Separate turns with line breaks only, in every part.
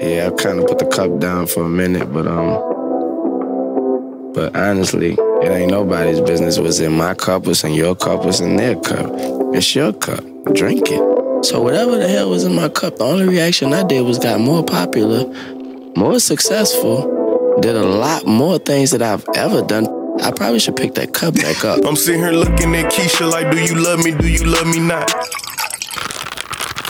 Yeah, I kind of put the cup down for a minute, but um, but honestly, it ain't nobody's business what's in my cup, what's in your cup, what's in their cup. It's your cup. Drink it. So whatever the hell was in my cup, the only reaction I did was got more popular, more successful, did a lot more things that I've ever done. I probably should pick that cup back up.
I'm sitting here looking at Keisha like, do you love me? Do you love me not?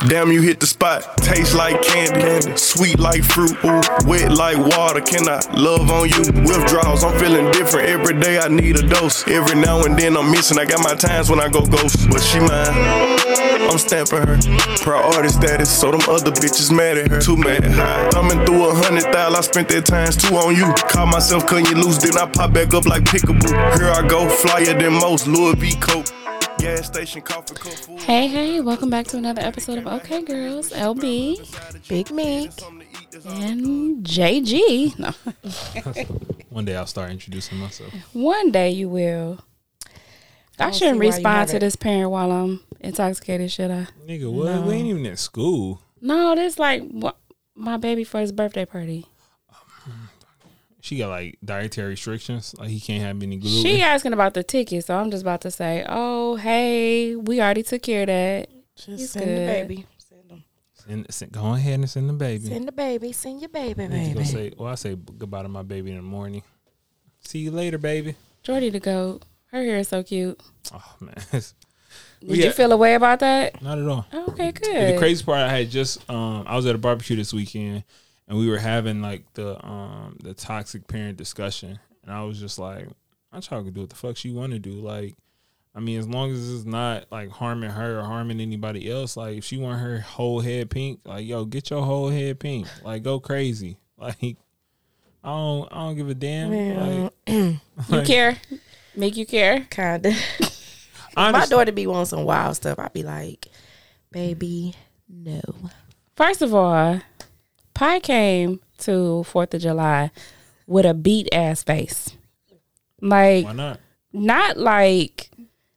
Damn, you hit the spot. Taste like candy, sweet like fruit, ooh, wet like water. Can I love on you? Withdrawals, I'm feeling different. Every day I need a dose. Every now and then I'm missing. I got my times when I go ghost, but she mine. I'm stamping her. Priority status, so them other bitches mad at her. Too mad. High. Thumbing through a hundred thou, I spent that times two on you. Caught myself cutting you loose, then I pop back up like pickaboo. Here I go, flyer than most. Louis V. Coke. Gas station, coffee cup, food.
Hey, hey, welcome back to another episode of Okay Girls, LB
Big Meek.
and JG. No,
One day I'll start introducing myself.
one day you will. I,
don't
shouldn't
see why you
respond to
haven't.
this parent while I'm intoxicated, should I?
Nigga, what? We ain't even at school.
No, this like what my baby for his birthday party.
She got like dietary restrictions. Like he can't have any gluten.
She asking about the ticket, so I'm just about to say, "Oh, hey, we already took care of that."
Just
He's
send
good.
the baby. Send him.
Send- send- go ahead and send the baby.
Send the baby. Send your baby,
Need to go
baby.
say, well, I say goodbye to my baby in the morning. See you later, baby.
Jordy to go. Her hair is so cute.
Oh man,
Did
Yeah.
you feel a way about that?
not at all.
Okay,
The
good.
crazy part, I had just um, I was at a barbecue this weekend, and we were having like the um the toxic parent discussion, and I was just like, I try to do what the fuck she want to do. Like, I mean, as long as it's not like harming her or harming anybody else. Like, if she want her whole head pink, like, yo, get your whole head pink. Like, go crazy. Like, I don't I don't give a damn. Like,
you care. Make you care.
Kinda.
I
My
understand-
daughter be wanting some wild stuff. I be like, baby, no.
First of all, Pi came to Fourth of July with a beat ass face. Like
why not?
not like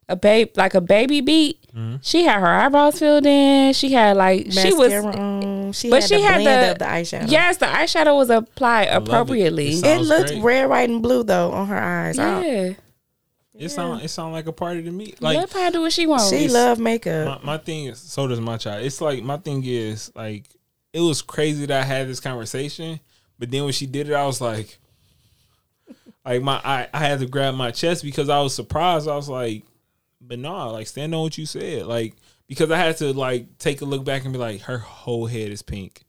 a babe like a baby beat.
Mm-hmm.
She had her eyebrows filled in. She had like she
Mascara
was
on. She
but
had
she
the
had
blend
the-
of the eyeshadow.
Yes, the eyeshadow was applied
love it.
appropriately.
It's
It
Sounds
looked
great.
red, white, and blue though on her eyes. I-
yeah.
It sound it sound like a party to me. Like
Let Pi do what she
Oh,
wants.
She loved makeup.
my, my thing is so does my child it's like my thing is like it was crazy that i had this conversation but then when she did it i was like like my i, I had to grab my chest because i was surprised i was like but nah like stand on what you said like because i had to like take a look back and be like her whole head is pink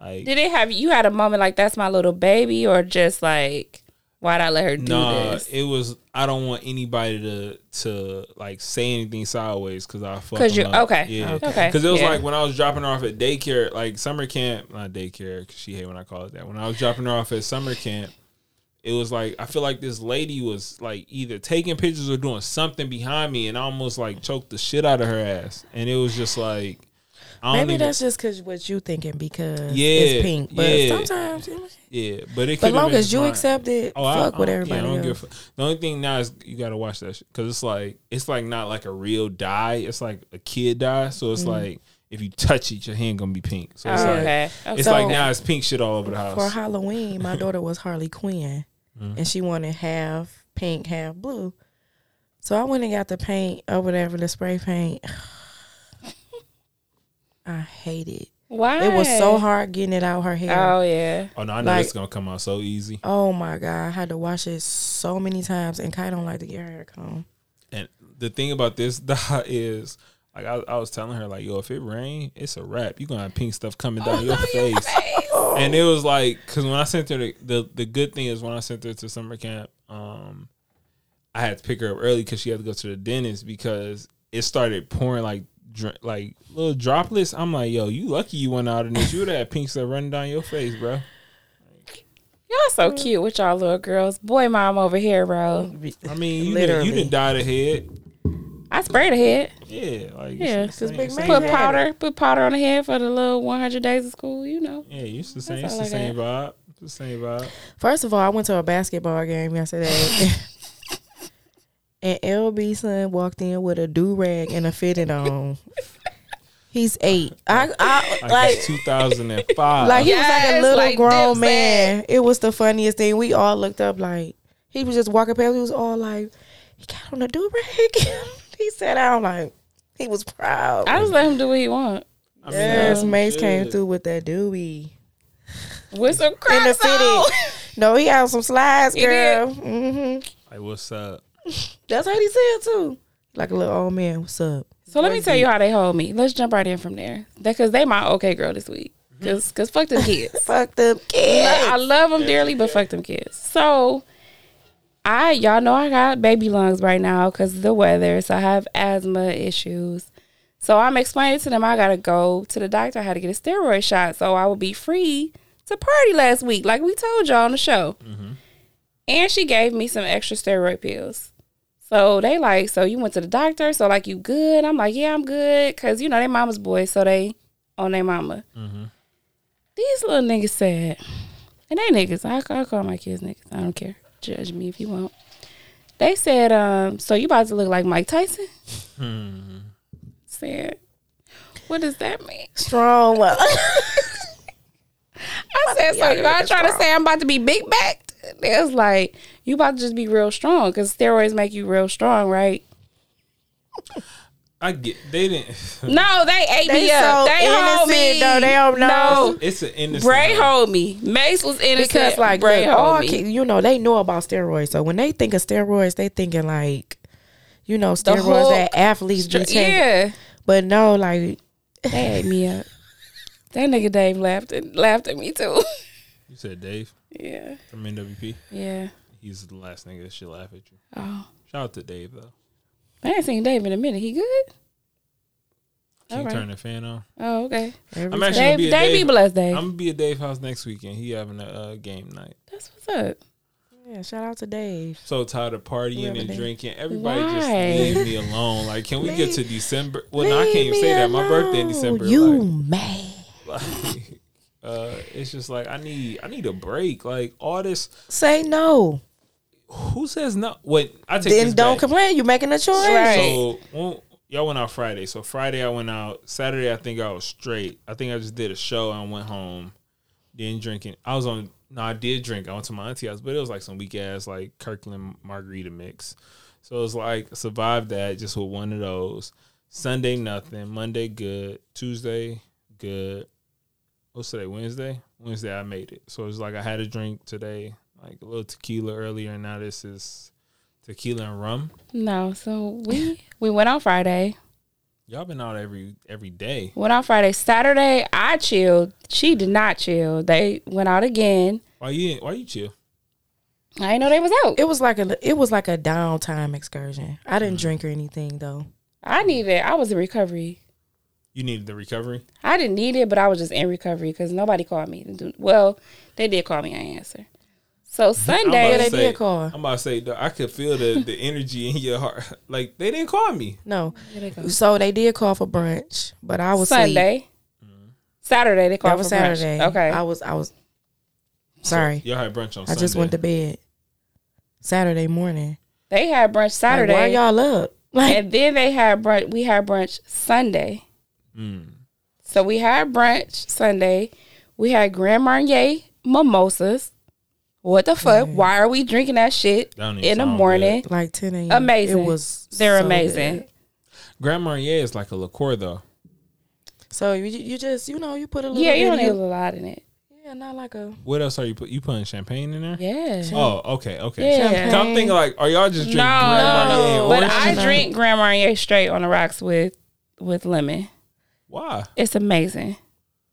like
Did it have you had a moment like that's my little baby or just like why'd I let her do
nah
this?
it was i don't want anybody to to like say anything sideways because i fuck
'Cause
'em
you-
up.
okay.
yeah
Okay.
Because it was
Yeah.
like when I was dropping her off at daycare, like summer camp, not daycare, because she hate when I call it that. When I was dropping her off at summer camp, it was like I feel like this lady was like either taking pictures or doing something behind me, and I almost like choked the shit out of her ass. And it was just like, I don't
Maybe
even,
that's just because what you thinking because
Yeah,
it's pink. But
yeah.
sometimes,
yeah. But it
but
could've
long
been
as you
fine.
accept it, fuck with
yeah,
everybody
Oh, I don't
else.
give a fu- the only thing now is you gotta watch that because it's like it's like not like a real dye. It's like a kid dye. So
Mm.
it's like if you touch it, your hand gonna be pink. So it's like
okay.
it's
Okay.
like now it's pink shit all over the house.
For Halloween, my daughter was Harley Quinn, and she wanted half pink, half blue. So I went and got the paint or whatever, the spray paint. I hate it.
Why?
It was so hard getting it out her hair.
Oh yeah.
oh no, I know
like-
it's gonna come out so easy.
Oh my god, I had to wash it so many times, and Kai don't like to get her hair combed.
And the thing about this dye is. Like I, I was telling her, like, yo, if it rain, it's a wrap. You gonna have pink stuff coming down Oh, your face. and it was like, cause when I sent her, the, the the good thing is when I sent her to summer camp, um, I had to pick her up early because she had to go to the dentist because it started pouring like dr- like little droplets. I'm like, yo, you lucky you went out in this. You would have had pink stuff running down your face, bro.
Y'all so
Mm.
cute with y'all little girls. Boy, mom over here, bro.
I mean, you done,
Literally.
you done dyed a head.
I sprayed a head.
Yeah, like it's
Yeah.
the same-
Big
same-
Put
Yeah.
powder, put powder on the head for the little 100 days of school. You know.
Yeah, it's the same. It's
all
the
I
same vibe. It's the same vibe.
First of all, I went to a basketball game yesterday. and LB son walked in with a do rag and a fitted on. He's eight. I, I
Like,
like.
it's 2005.
Like he was like a
Yes,
little
like
grown
Dipset.
man. It was the funniest thing. We all looked up like he was just walking past. We was all like, he got on a do rag. he sat down like he was proud.
I just let him do what he want.
I mean,
yes,
that's
Mace
good.
came through with that doobie.
With some
In the
cracks on.
city. No, he had some slides,
He did.
girl. hmm
Like, what's up?
That's what he said too. Like a little old man. What's up?
So let me tell you how they hold me. Let's jump right in from there. Because they my okay girl this week. Because cause fuck them kids.
Fuck the
I
kid.
love them dearly, but fuck them kids. So I y'all know I got baby lungs right now because of the weather. So I have asthma issues. So I'm explaining to them I gotta go to the doctor. I had to get a steroid shot, so I would be free to party last week, like we told y'all on the show. And she gave me some extra steroid pills. So they like, so you went to the doctor, so like you good? I'm like, yeah, I'm good, cause you know they mama's boys, so they on their mama. These little niggas said, and they niggas, I, I call my kids niggas. I don't care. Judge me if you want. They said, um, so you about to look like Mike Tyson?
Hmm.
Said, what does that mean?
Strong.
I said, so you all trying to say I'm about to be big backed? They was like, you about to just be real strong because steroids make you real strong, right?
I get. They didn't.
No, they ate
Hmm. They
me up.
so
They hold
innocent,
me.
though. They don't know.
No.
It's an innocent.
Bray hold me. Mace was innocent.
because like
Bray
look, all
hold me.
kids, you know they know about steroids so when they think of steroids they thinking like you know steroids
whole-
that athletes be taking
yeah.
but no like
They ate me up. That nigga Dave laughed and laughed at me too.
You said Dave
yeah.
from NWP.
Yeah.
He's the last nigga that should laugh at you.
Oh.
Shout out to Dave though.
I ain't seen Dave in a minute. He good? All
Can you
right.
turn the fan on?
Oh, okay.
every
I'm actually gonna
Dave,
be a
Dave,
Dave.
be blessed, Dave.
I'm gonna be at Dave house next weekend. He having a uh, game night.
That's what's up.
yeah, shout out to Dave
So tired of partying and
Dave.
drinking. Everybody just
Why?
leave me alone. Like, can we get to December? Well, no, I
Leave
can't even
me
say that. My birthday in
alone.
December.
you
Like,
mad
like, uh, it's just like I need. I need a break. Like all this.
say no
Who says no? What I take
then
this
don't
back.
complain you making a choice
So well, y'all went out Friday. So Friday I went out. Saturday I think I was straight. I think I just did a show and went home. Didn't drink it. I was on. No, I did drink. I went to my auntie house, but it was like some weak ass like Kirkland margarita mix. So it was like survived that just with one of those. Sunday nothing. Monday good. Tuesday good. What's today? Wednesday. Wednesday I made it. So it was like I had a drink today, like a little tequila earlier, and now this is tequila and rum.
No, so we we went on Friday.
Y'all been out every every day.
Went on Friday. Saturday, I chilled. She did not chill. They went out again.
Why you Why you chill?
I didn't know they was out.
it was like a it was like a downtime excursion i didn't drink or anything though
I needed. I was in recovery.
You needed the recovery.
I didn't need it, but I was just in recovery because nobody called me. to do- Well, they did call me. I answered. So
I'm
Sunday,
about to
they
say-
did call.
I'm about to say though, I could feel the the energy in your heart. Like they didn't call me.
no so they did call for brunch but i was asleep.
Sunday, Saturday they called
that was
for brunch.
saturday
Okay,
i was i was sorry
Y'all had brunch on.
I just went to bed Saturday morning.
They had brunch
Like,
Saturday.
why y'all up? Like,
and then they had brunch. We had brunch Sunday.
Mm.
So we had brunch Sunday. We had Grand Marnier mimosas. What the fuck? Why are we drinking that shit
That don't even
in the
sound
morning?
like 10 a.m.
Amazing.
It was
They're
so
amazing.
good.
Grand Marnier is like a liqueur though.
So you you just you know you put a little
Yeah, you
bit
don't
in
need a
it.
lot in it.
yeah not like a
What else are you put? You putting champagne in there?
Yeah.
Oh, okay, okay.
Yeah.
So I'm thinking like, are y'all just
No,
drinking Grand Marnier? and
no, but
orange?
I
No.
drink Grand Marnier straight on the rocks with with lemon.
Why?
It's amazing.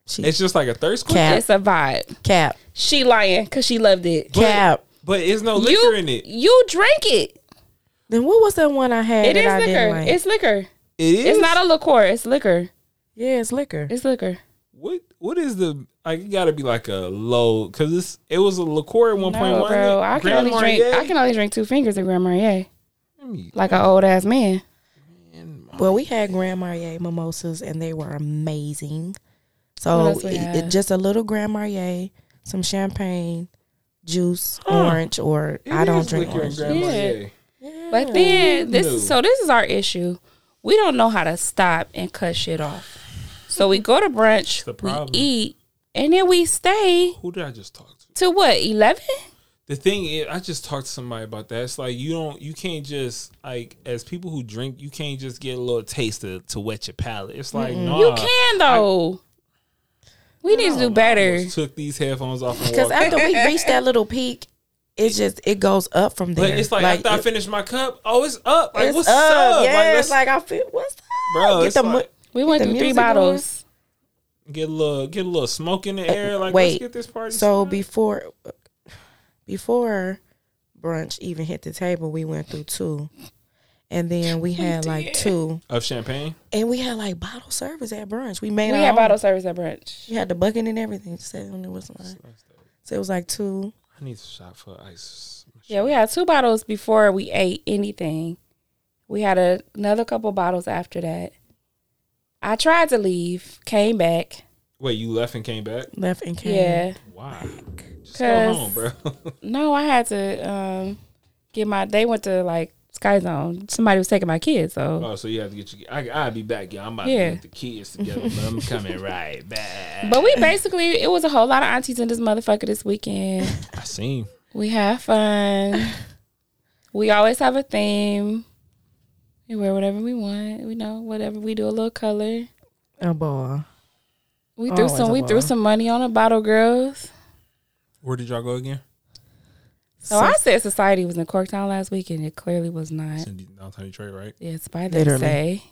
she,
It's just like a thirst quencher.
Cap.
It's a vibe.
cap
She lying because she loved it.
cap.
But it's no Oh, liquor
you
in it.
you drink it.
Then what was that one I had
It
that
is
I didn't
liquor.
like?
It's liquor.
It is.
It's not a liqueur. It's liquor.
yeah, it's liquor.
It's liquor.
What what is the like? It got to be like a low because it's it was a liqueur at one point.
No, bro, I can only drink. I can only drink two fingers of Grand Marnier,
can.
like an old ass man.
Well, we had Grand Marnier mimosas and they were amazing.
What
So
else we
it-
had?
it, just a little Grand Marnier, some champagne, juice, orange, or I don't drink orange.
Yeah. But then this,
No.
so this is our issue. We don't know how to stop and cut shit off. So we go to brunch,
the
we
problem.
eat, and then we stay
Who did I just talk to?
to what eleven?
The thing is, I just talked to somebody about that. It's like you don't, you can't just like as people who drink, you can't just get a little taste to, to wet your palate. It's like no,
You can though. we need to do better.
Took these headphones off and
Because
walked.
after we reach that little peak, it just it goes up from there.
But it's like, after I
it-
finished my cup, oh, it's up. Like
it's
what's
up.
up?
Yeah,
like, let's
it's like I feel what's up.
Bro,
Get
it's
the
like-
mo-
We went
the
through three
music going.
bottles.
get a little, get a little smoke in the air. Like let's
Uh, wait.
get this party.
So
started.
before before brunch even hit the table, we went through two. And then we had like two.
of champagne.
And we had like bottle service at brunch. We made
We
our
had
own.
bottle service at brunch.
We had the bucket and everything. Just said it was like, so it was like two.
I need to shop for ice.
Yeah, we had two bottles before we ate anything. We had a, another couple bottles after that. I tried to leave, came back.
Wait, you left and came back?
left and came.
Yeah.
Why? Just go home, bro.
No, I had to um, get my. They went to like Sky Zone. Somebody was taking my kids, so.
oh, so you have to get your. I, I'll be back, y'all. I'm about
Yeah.
to get the kids together, but I'm coming right back.
But we basically it was a whole lot of aunties in this motherfucker this weekend.
I seen.
We have fun. We always have a theme. We wear whatever we want. We know whatever we do a little color.
A ball.
We threw
Always
some.
a
We threw
ball.
some money on the bottle girls.
Where did y'all go again?
So I said society was in Corktown last week, and it clearly was not.
It's in downtown Detroit, right?
It's by they
Literally.
say.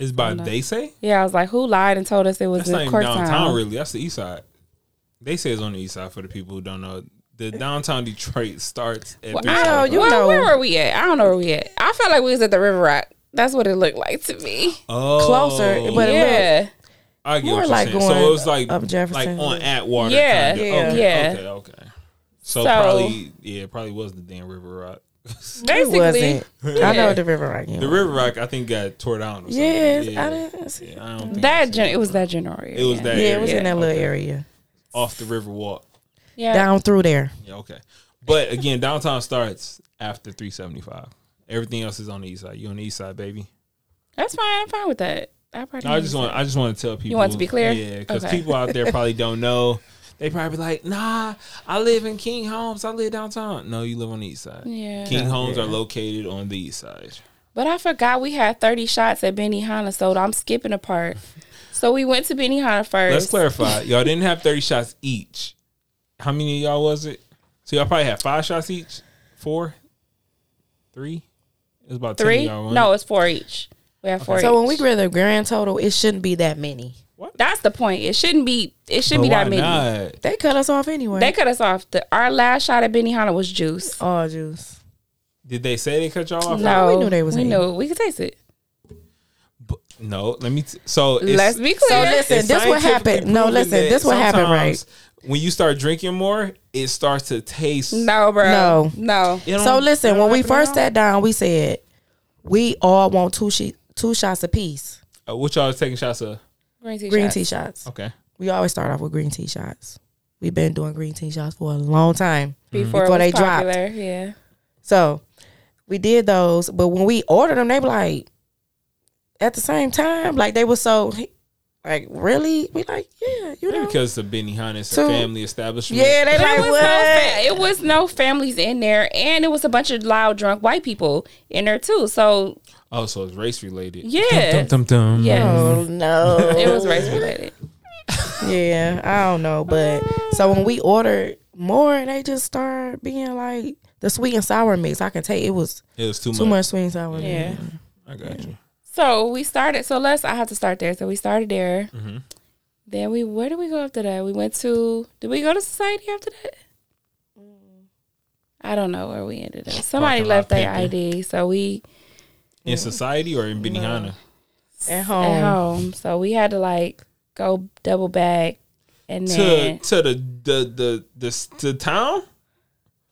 It's by
no.
they say.
Yeah, I was like, who lied and told us it was
That's
in
not even downtown,
Corktown?
really. That's the east side. They say it's on the east side for the people who don't know. The downtown Detroit starts at
Well,
three
I
seventy
don't, where,
five.
know.
where were we at? I don't know where we at. I felt like we was at the River Rock. That's what it looked like to me.
Oh,
Closer, but it
yeah,
I get
more
what you're
like
saying.
going
So it was like
up Jefferson.
like on Atwater.
Yeah,
kinda.
yeah.
okay,
Yeah.
Okay, okay.
So-
So, probably yeah, it probably was the damn River Rock.
basically.
It wasn't.
Yeah.
I know the river right
The River Rock, I think, got tore down. Or something.
Yes,
yeah,
I didn't see.
yeah, I don't think I
That
seen
gen- it was that general area.
It was that
Yeah,
area,
it was in that little area.
off the River Walk.
Yeah.
Down through there.
Yeah, okay. But again, downtown starts after three seventy five. Everything else is on the east side. You on the east side, baby.
That's fine. I'm fine with that. I probably.
No, I just want I just want to tell people.
want to be clear?
yeah, because
Okay.
people out there probably don't know. They probably be like, nah, I live in King Homes. I live downtown. No, you live on the east side.
Yeah.
King Homes are located on the east side.
But I forgot we had 30 shots at Benihana, so I'm skipping a part. So we went to Benihana first.
Let's clarify. Y'all didn't have thirty shots each. How many of y'all was it? So y'all probably had five shots each. Four, three. It was about
Three?
Ten of y'all, wasn't
No,
it?
it's four each. We have four.
So
each.
when we grab the grand total, it shouldn't be that many.
that's the point. It shouldn't be. It
But
shouldn't be
why
that many.
not?
They cut us off anyway.
They cut us off. The, our last shot at Benihana was juice.
all juice.
Did they say they cut y'all off?
No,
we knew they was
We
hating.
knew we could taste it.
B- No, let me. T- so it's,
Let's be
So
clear.
listen,
it's
this what
scientifically
happened. No,
proven
listen,
that
this what happened,
sometimes
right?
When you start drinking more, it starts to taste.
no, bro.
No.
no.
It don't-
So listen,
it
when
don't
we
happen
first
now?
sat down, we said we all want two she- two shots apiece.
Uh, what y'all was taking shots of?
Green tea.
Green
shots.
tea shots.
Okay,
We always start off with green tea shots. We've been doing green tea shots for a long time.
before,
Before
it
they
was
dropped.
popular. Yeah.
So we did those, but when we ordered them, they were like at the same time, like they were so like really. We like yeah, you know.
because the Benny Hannes
So-
a family establishment.
Yeah, they like
There was no
what?
fa- it was no families in there, and it was a bunch of loud, drunk white people in there too. So
Oh, so it's race related.
Yeah.
Dum, dum, dum, dum.
yeah,
Oh no,
it was race related.
Yeah, I don't know, but so when we ordered more, they just started being like the sweet and sour mix. I can tell you it was
It was too,
too
much.
much sweet and sour.
Yeah.
I got you.
So we started. So let's. I had to start there. So we started there.
Mm-hmm.
Then we. Where did we go after that? We went to. Did we go to society after that? I don't know where we ended up. Somebody
Parking lot
left their
pimping.
ID, so we
In society or in Benny Hanna?
At
at
home,
home. So we had to like go double back, and
to
then
to the the the the, s- to town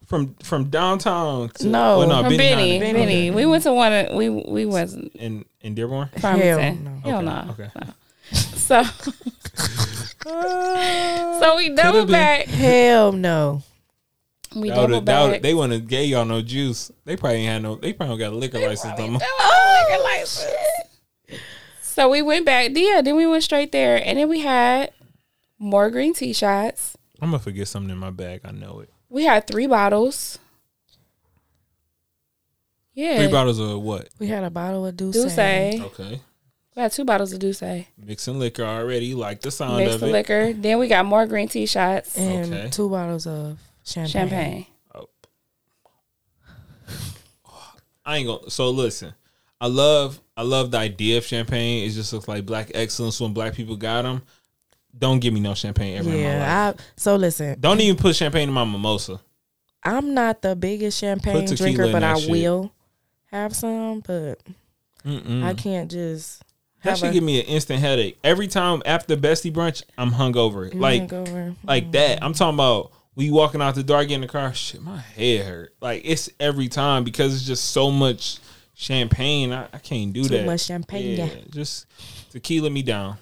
from from downtown. To,
No.
well, no
from Benny,
Hanna.
Benny, we went to one. Of, we we went
in in Dearborn.
Farmington.
no.
Hell
Okay,
no.
okay.
So, so we double
been.
back.
hell no.
We
That
double
would've- that would've-
back.
they wouldn't have gave y'all no juice. They probably ain't had no. They probably don't got a liquor license no more.
Oh, liquor license. Oh, So we went back. Yeah, then we went straight there, and then we had more green tea shots.
I'm gonna forget something in my bag. I know it.
We had three bottles. Yeah,
Three bottles of what?
We had a bottle of Douce.
Douce.
Okay.
We
Oh.
had two bottles of Douce.
Mixing liquor already. You Like the sound
Mixed
of
the
it.
liquor. Then we got more green tea shots.
And
Okay.
two bottles of champagne.
Champagne.
Oh. I ain't gonna. So listen, I love I love the idea of champagne. It just looks like black excellence when black people got them. Don't give me no champagne ever in my life.
Yeah. I, so listen,
Don't even put champagne in my mimosa.
I'm not the biggest champagne
tequila
drinker,
in
but
that
I
shit.
will have some. But
Mm-mm.
I can't just.
That
have
should
a-
give me an instant headache every time after bestie brunch. I'm hungover. Like
hangover.
like that. I'm talking about we walking out the door, get in the car. Shit, my head hurt. Like it's every time because it's just so much champagne. I, I can't do
Too
that.
much champagne, yeah.
just tequila me down.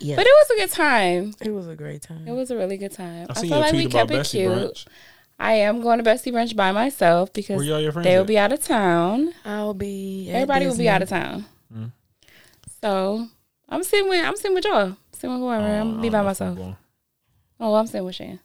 Yeah.
But it was a good time.
it was a great time.
It was a really good time. I,
I seen
feel
your
like we
tweet about
kept it
Bestie
cute.
brunch.
I am going to Bestie Brunch by myself because
Where y'all your friends
they'll
at?
be out of town.
I'll be. at
Everybody will be
Disney.
out of town.
Hmm.
So I'm sitting with I'm sitting with y'all. Sitting with whoever. I'm
Oh,
gonna be by myself. Oh, I'm sitting with Shan.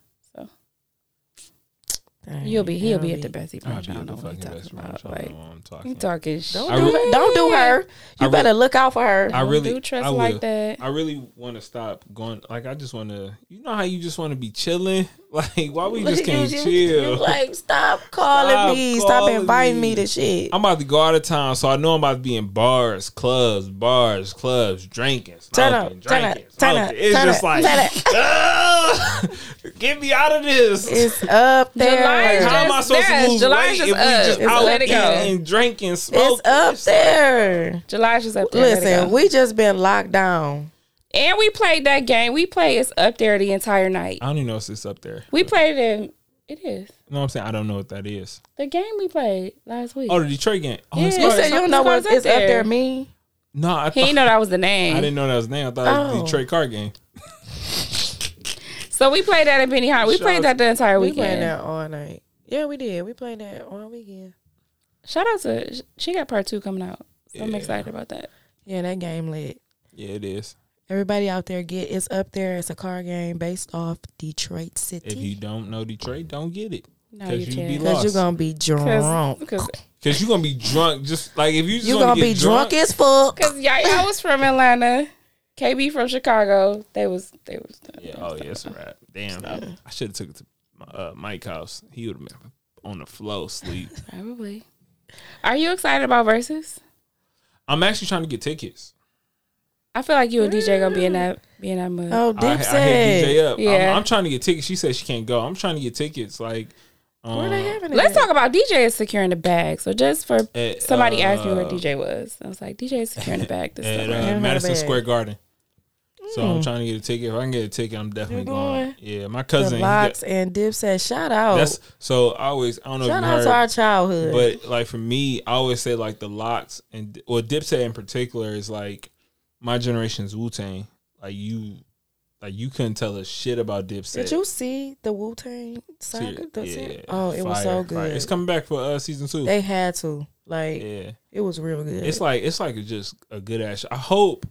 Dang,
You'll be he'll
I'll
be at the Bessie
I'll
brunch.
be
I don't
at
know
the
what
fucking
he's
best
talking
brunch.
about.
I
Like
don't know what I'm
you
talking about.
talking shit.
Don't
I
do,
re-
her- don't do her. You
re-
better look out for her.
I really
do trust
I will.
like that.
I really want to stop going. Like I just want to. You know how you just want to be chilling. Like why we just
Look at
can't
you, you-
chill.
you like, stop calling
Stop
me.
calling
stop inviting
me.
me to shit.
I'm about to go out of town, so I know I'm about to be in bars, clubs, bars, clubs, drinking,
Turn
smoking,
up, turn up,
drinking,
turn up,
smoking. It's
turn
just
up,
like, "Ugh, get me out of this.
it's up there.
July
How am I
just
supposed to
there.
lose
July's
weight if
just
we
up.
just
It's
out
let it
eating
go.
and drinking, smoking?
It's up there.
July's just up there. Let it
Listen,
go.
we just been locked down.
and we played that game. We played it's up there the entire night.
I don't even know if it's up there.
We played it in, it is.
You know what I'm saying? I don't know what that is.
The game we played last week.
Oh, the Detroit game. Oh, it's
Yeah.
You
up.
said you don't know what it's up there mean?
No, I,
he
thought-
didn't know that was the name.
I didn't know that was name. I thought it was
Oh.
the Detroit car game.
So we played that at Benny Hart. We
Shout out
played that the entire
We
weekend.
played that all night. Yeah, we did. We played that all weekend.
Shout out to she got part two coming out. So I'm
Yeah.
excited about that.
Yeah, that game lit.
Yeah, it is.
Everybody out there get it's up there. It's a car game based off Detroit
If you
City.
don't know Detroit, don't get it.
No,
'Cause
you
you
can't.
be like-
Because you're gonna be drunk.
Because
Because you're going to be drunk. Just like if you just
You're
wanna
gonna
get
be drunk as fuck.
Yaya was from Atlanta, KB from Chicago. They was they was
Yeah. Oh, yeah. That's right. Damn. I should have took it to my- uh, Mike's house. He would have been on the flow sleep.
probably. Are you excited about versus?
I'm actually trying to get tickets.
I feel like you and DJ gonna be in that be in that mood.
Oh,
I, I hit
Dipset.
DJ up.
Yeah.
I'm, I'm trying to get tickets. She said she can't go. I'm trying to get tickets. Like, um,
Where they having it?
Let's talk about DJ is securing the bag. So just for
At,
somebody asked me where
uh,
DJ was, I was like, DJ is securing the bag this
at
summer.
uh,
Having
Madison
a bag.
Square Garden. So
Hmm.
I'm trying to get a ticket. If I can get a ticket, I'm definitely
You're
going.
going?
Yeah, my
The
cousin. he got-
Locks and Dipset. Shout out.
that's so. I always. I don't know if
Shout
you
out
heard,
to our childhood.
But like for me, I always say like the locks and well Dipset in particular is like my generation's Wu Tang. Like you, like you couldn't tell a shit about Dipset.
Did you see the Wu Tang saga? The
Yeah,
se- oh, it was
fire,
so
fire.
good.
It's coming back for uh, season two.
They had to. Like
yeah,
it was real good.
it's like it's like just a good ass. I hope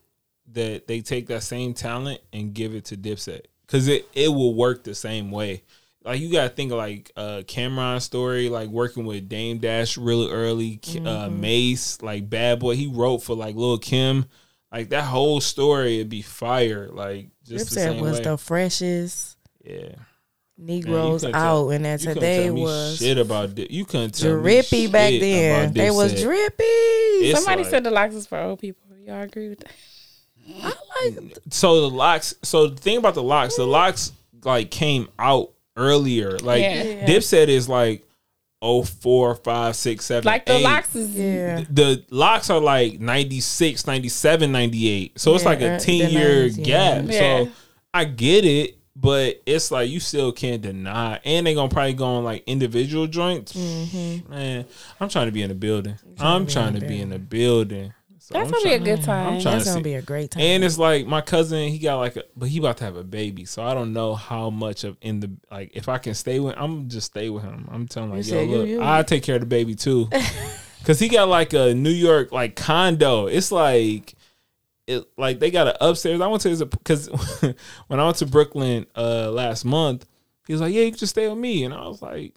that they take that same talent and give it to Dipset because it it will work the same way. Like you gotta think of like uh Cameron's story, like working with Dame Dash really early, K- uh Mace, like Bad Boy. He wrote for like Lil Kim, like that whole story. It'd be fire. Like just the
Dipset
same
was
way.
the freshest
yeah.
Negroes
couldn't tell-
out, and that
You couldn't
today
tell me
was
shit about Dip. You couldn't tell me
drippy back
shit
then.
about
They was
Dipset.
drippy.
It's
Somebody
like-
said the locks is for old people. Y'all agree with that?
I like
so the locks so the thing about the locks the locks like came out earlier like
Yeah. Yeah.
dipset is like oh four five six seven
Like the
eight.
locks is
yeah.
the locks are like 96 97 98 so it's like
Yeah,
a
uh,
10
the
year
90s,
gap
yeah.
so i get it but it's like you still can't deny and they gonna probably go on like individual joints man i'm trying to be in the building i'm Mm-hmm. trying to be in the building So
that's
I'm
gonna be a
tryna-
good time.
I'm trying
That's
to
gonna
see.
be a great time.
And it's like my cousin, he got like a, but he about to have a baby, so I don't know how much of in the like if I can stay with, I'm just stay with him. I'm telling like,
You
yo,
said you-
look,
you-
I take care of the baby too, cause he got like a New York like condo. It's like it, like they got an upstairs. I went to his because when I went to Brooklyn uh last month, he was like, "Yeah, you can just stay with me," and I was like,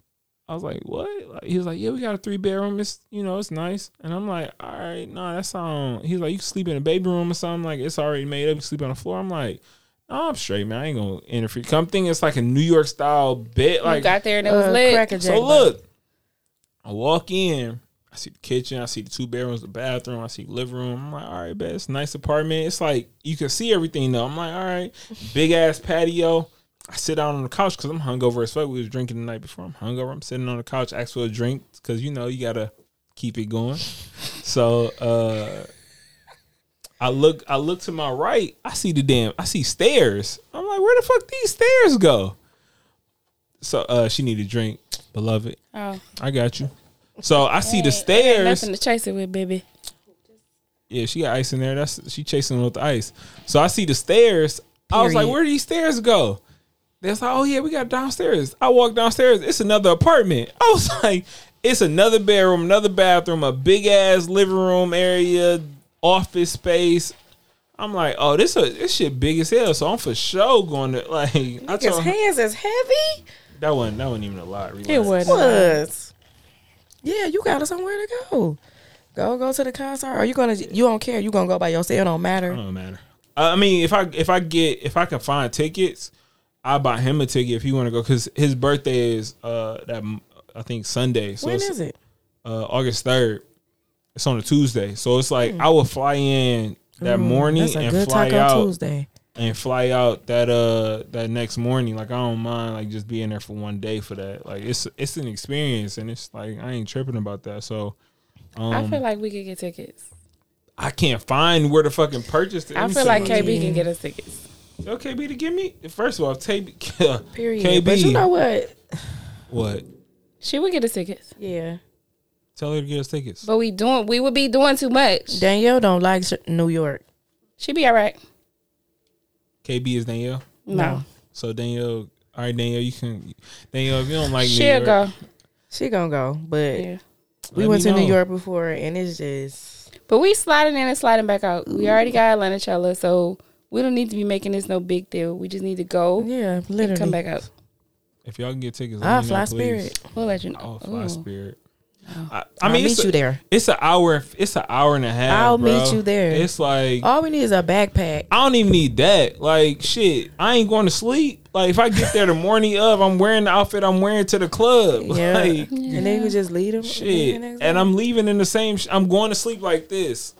"I was like, what?" Like, he was like, "Yeah, we got a three bedroom. It's you know, it's nice." And I'm like, "All right, no, nah, that sound." He's like, "You can sleep in a baby room or something. Like it's already made up. You sleep on the floor." I'm like. "Nah, I'm straight, man. I ain't gonna interfere. 'Cause I'm thinking it's like a New York style bed. Like
you got there and
Uh,
it was lit.
so look, I walk in, I see the kitchen, I see the two bedrooms, the bathroom, I see the living room. I'm like, all right, bet it's a nice apartment. It's like you can see everything though. I'm like, all right, big ass patio. I sit down on the couch because I'm hungover as fuck. We was drinking the night before. I'm hungover. I'm sitting on the couch, ask for a drink because you know you gotta keep it going. So uh I look, I look to my right. I see the damn, I see stairs. I'm like, where the fuck these stairs go? So uh she need a drink, beloved.
Oh,
I got you. So I see the
ain't
stairs.
nothing to chase it with, baby.
Yeah, she got ice in there. That's she chasing with the ice. So I see the stairs. I was like,
Period.
where do these stairs go? That's like, oh yeah, we got downstairs. I walk downstairs. It's another apartment. I was like, it's another bedroom, another bathroom, a big ass living room area, office space. I'm like, oh, this a, this shit big as hell. So I'm for sure going to like. I
His
told her,
hands is heavy.
that wasn't that wasn't even a lot.
It wasn't.
What? Yeah, you got somewhere to go. Go go to the concert. Are you gonna? You don't care. You gonna go by yourself. It don't
It
matter.
don't matter. I I mean, if I if I get if I can find tickets, I buy him a ticket if he want to go because his birthday is uh that m- I think Sunday. So
When
it's,
is it?
Uh, August third. It's on a Tuesday, so it's like I will fly in that morning
Hmm. That's a
and
good
fly
Taco
out
Tuesday.
and fly out that uh that next morning. Like I don't mind like just being there for one day for that. Like it's it's an experience, and it's like I ain't tripping about that. So.
I
Um, I,
feel like we could get tickets.
can't find where to fucking purchase it. Let
I
me
feel
see
like
my-
KB can get us tickets.
Tell KB to give me. First of all, KB. Period.
Period.
KB.
But you know what?
what?
She would get us tickets,
Yeah.
Tell her to get us tickets.
but we doing we would be doing too much.
Danielle don't like sh- New York.
She be all right.
KB is Danielle.
No,
So Danielle. All right, Danielle, you can. Danielle, if you don't like New
she'll
York,
go.
She gonna go, but
Yeah,
let
we went
me
to New
know.
York before, and it's just
but we sliding in and sliding back out. We already got Atlanta Cella, so we don't need to be making this no big deal. We just need to go
yeah,
and
literally.
come back up.
If y'all can get tickets, let
Ah,
me know,
Fly
please.
Spirit.
We'll let you know.
Oh, Fly
Ooh.
Spirit. I, I
I
mean,
will
it's
meet
a,
you there.
it's an hour. It's an hour and a half.
I'll
bro.
meet you there. Oh.
It's like
All we need is a backpack.
I don't even need that. Like shit, I ain't going to sleep. Like if I get there the morning of, I'm wearing the outfit I'm wearing to the club.
Yeah.
Like
And then you just lead them.
shit, and I'm leaving in the same. Sh- I'm going to sleep like this.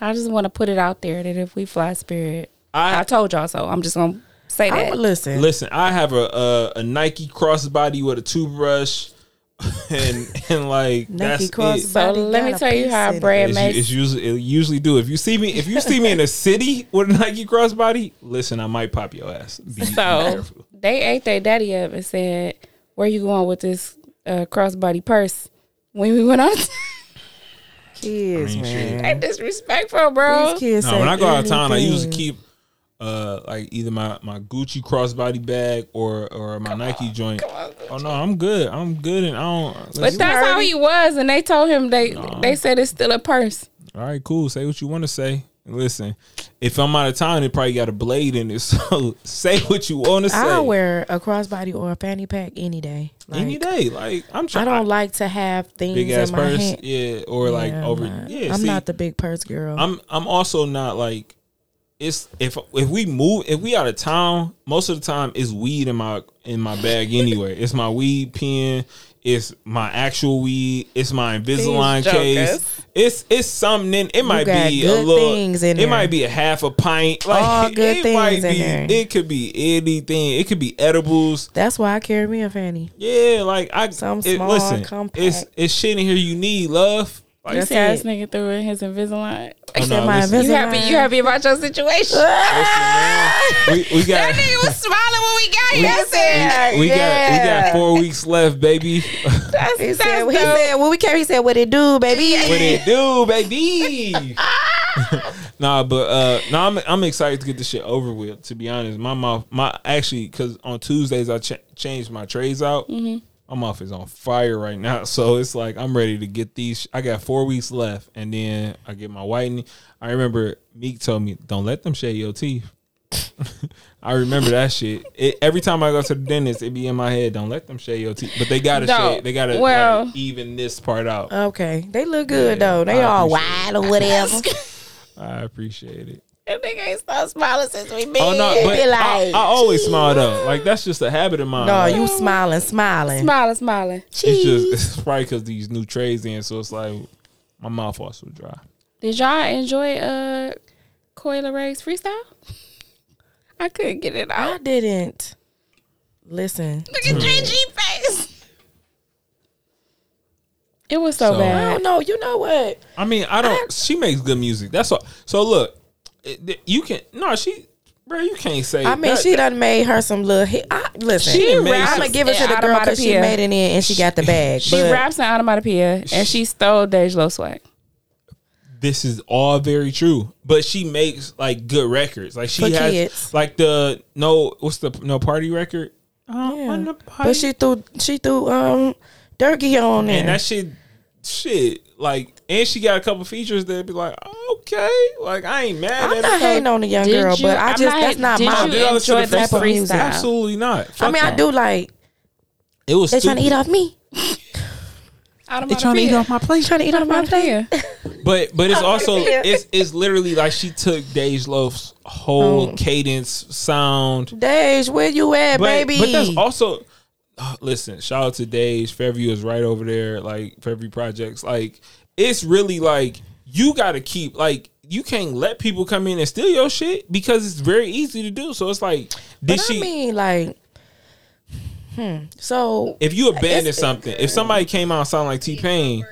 I just want to put it out there that if we fly Spirit, I
I
told y'all so. I'm just gonna say
I'm
that.
listen.
listen. I have a a, a Nike crossbody with a toothbrush, and and like
Nike
that's
cross
it.
so
body
let me
got a
tell you
piece in
how
it.
Brad
It's, u-
makes.
it's usually it usually do. If you see me, if you see me in a city with a Nike crossbody, listen, I might pop your ass. Be, be
So
careful.
they ate their daddy up and said, "Where you going with this uh, crossbody purse?" When we went out,
Kids,
I mean, shit.
man.
they disrespectful, bro.
These kids.
No,
say
when I go out of town, I
anything.
usually keep uh like either my my Gucci crossbody bag or or my Nike joint. Oh no, I'm good. I'm good, and I don't.
But
listen,
that's how he was, and they told him they they said it's still a purse.
all right, cool. Say what you want to say. Listen, if I'm out of town, it probably got a blade in it. So say what you want to say.
I wear a crossbody or a fanny pack any day. Like,
any day. Like I'm
I
trying.
don't like to have things
big ass
in my
purse.
hand.
Yeah, or like
Yeah, I'm
over.
not-
Yeah,
I'm
see,
not the big purse girl.
I'm I'm also not like it's if if we move if we out of town most of the time it's weed in my in my bag anyway. it's my weed pen. It's my actual weed. It's my Invisalign
These jokers.
case. It's it's something. In, it might
got
be a
good
little.
things in
it
there.
might be a half a pint. Like
All good
it
things
might
in
be.
there.
It could be anything. It could be edibles.
That's why I carry me a fanny.
Yeah, like I
Some
it,
small,
listen,
compact.
it's it's shit in here you need, love. Like,
You
That's
see how this
it.
nigga threw in his Invisalign.
oh,
Except my
listen,
You happy? You happy about your situation?
listen, man. we, we got
that nigga was smiling when we got here. I said,
we got we got four weeks left, baby.
that's,
He
that's
said,
dope.
he said, when we came, he said, what it do, baby?
what it do, baby? nah, but uh, no, I'm I'm excited to get this shit over with. To be honest, my mouth, my actually, because on Tuesdays I ch- changed my trays out, my mouth is on fire right now. So it's like I'm ready to get these. I got four weeks left, and then I get my whitening. I remember Meek told me, "Don't let them shave your teeth." I remember that shit. It, every time I go to the dentist, it be in my head. Don't let them shave your teeth, but they gotta
No.
shave. They gotta like,
Well-
even this part out.
Okay, they look good
Yeah,
though. They
I
all
appreciate
wide or whatever.
I appreciate it.
That nigga ain't stopped smiling since we met.
Oh no,
He
but
be
I, I
like,
always smile though. Like that's just a habit of mine.
no,
Like,
you smiling, smiling.
Smiling, smiling.
It's just it's probably because these new trades in, so it's like my mouth also dry.
Did y'all enjoy uh Coil Ray's freestyle? I couldn't get it
I
out.
didn't. Listen,
Look at JG face. It was so,
So-
I
bad.
don't know. You know what?
I mean, I don't. She makes good music. That's all. So look, it- th- you can no she, bro. You can't say.
I mean,
that-
she done made her some little hit. I, listen,
She done made
I'm gonna
some-
give it to
and
the girl because she
onomatopoeia.
made it in and she got the bag.
She
but
raps in onomatopoeia and she stole Dej Lo swag.
this is all very true. But she makes like good records. Like she
For
has
kids.
like the no. What's the no party record? Uh,
Yeah.
on the
but she threw she threw um Durkee on there.
and that shit, shit. Like, and she got a couple features that be like, okay, like I ain't mad
I'm
at
not
her.
hating on the young
Did
girl,
you-
but I
I'm
just that's not
did
my.
you
Did I listen to
enjoy
the
the
type of
freestyle?
music?
Absolutely not.
I mean, I do like
It was.
they trying to eat off me.
They trying
my plate.
Trying to eat off my plate.
But but it's also
Yeah.
it's it's literally like she took Dej Loaf's whole
Oh.
cadence sound.
Dej, where you at,
But,
baby?
but that's also uh, listen, shout out to Dej. Fairview is right over there, like Fairview Projects. Like it's really like you gotta keep like you can't let people come in and steal your shit because it's very easy to do. So it's like did
But
she
I mean, like, hmm. So
if you abandon
It's-
something, if somebody came out sounding like T Pain,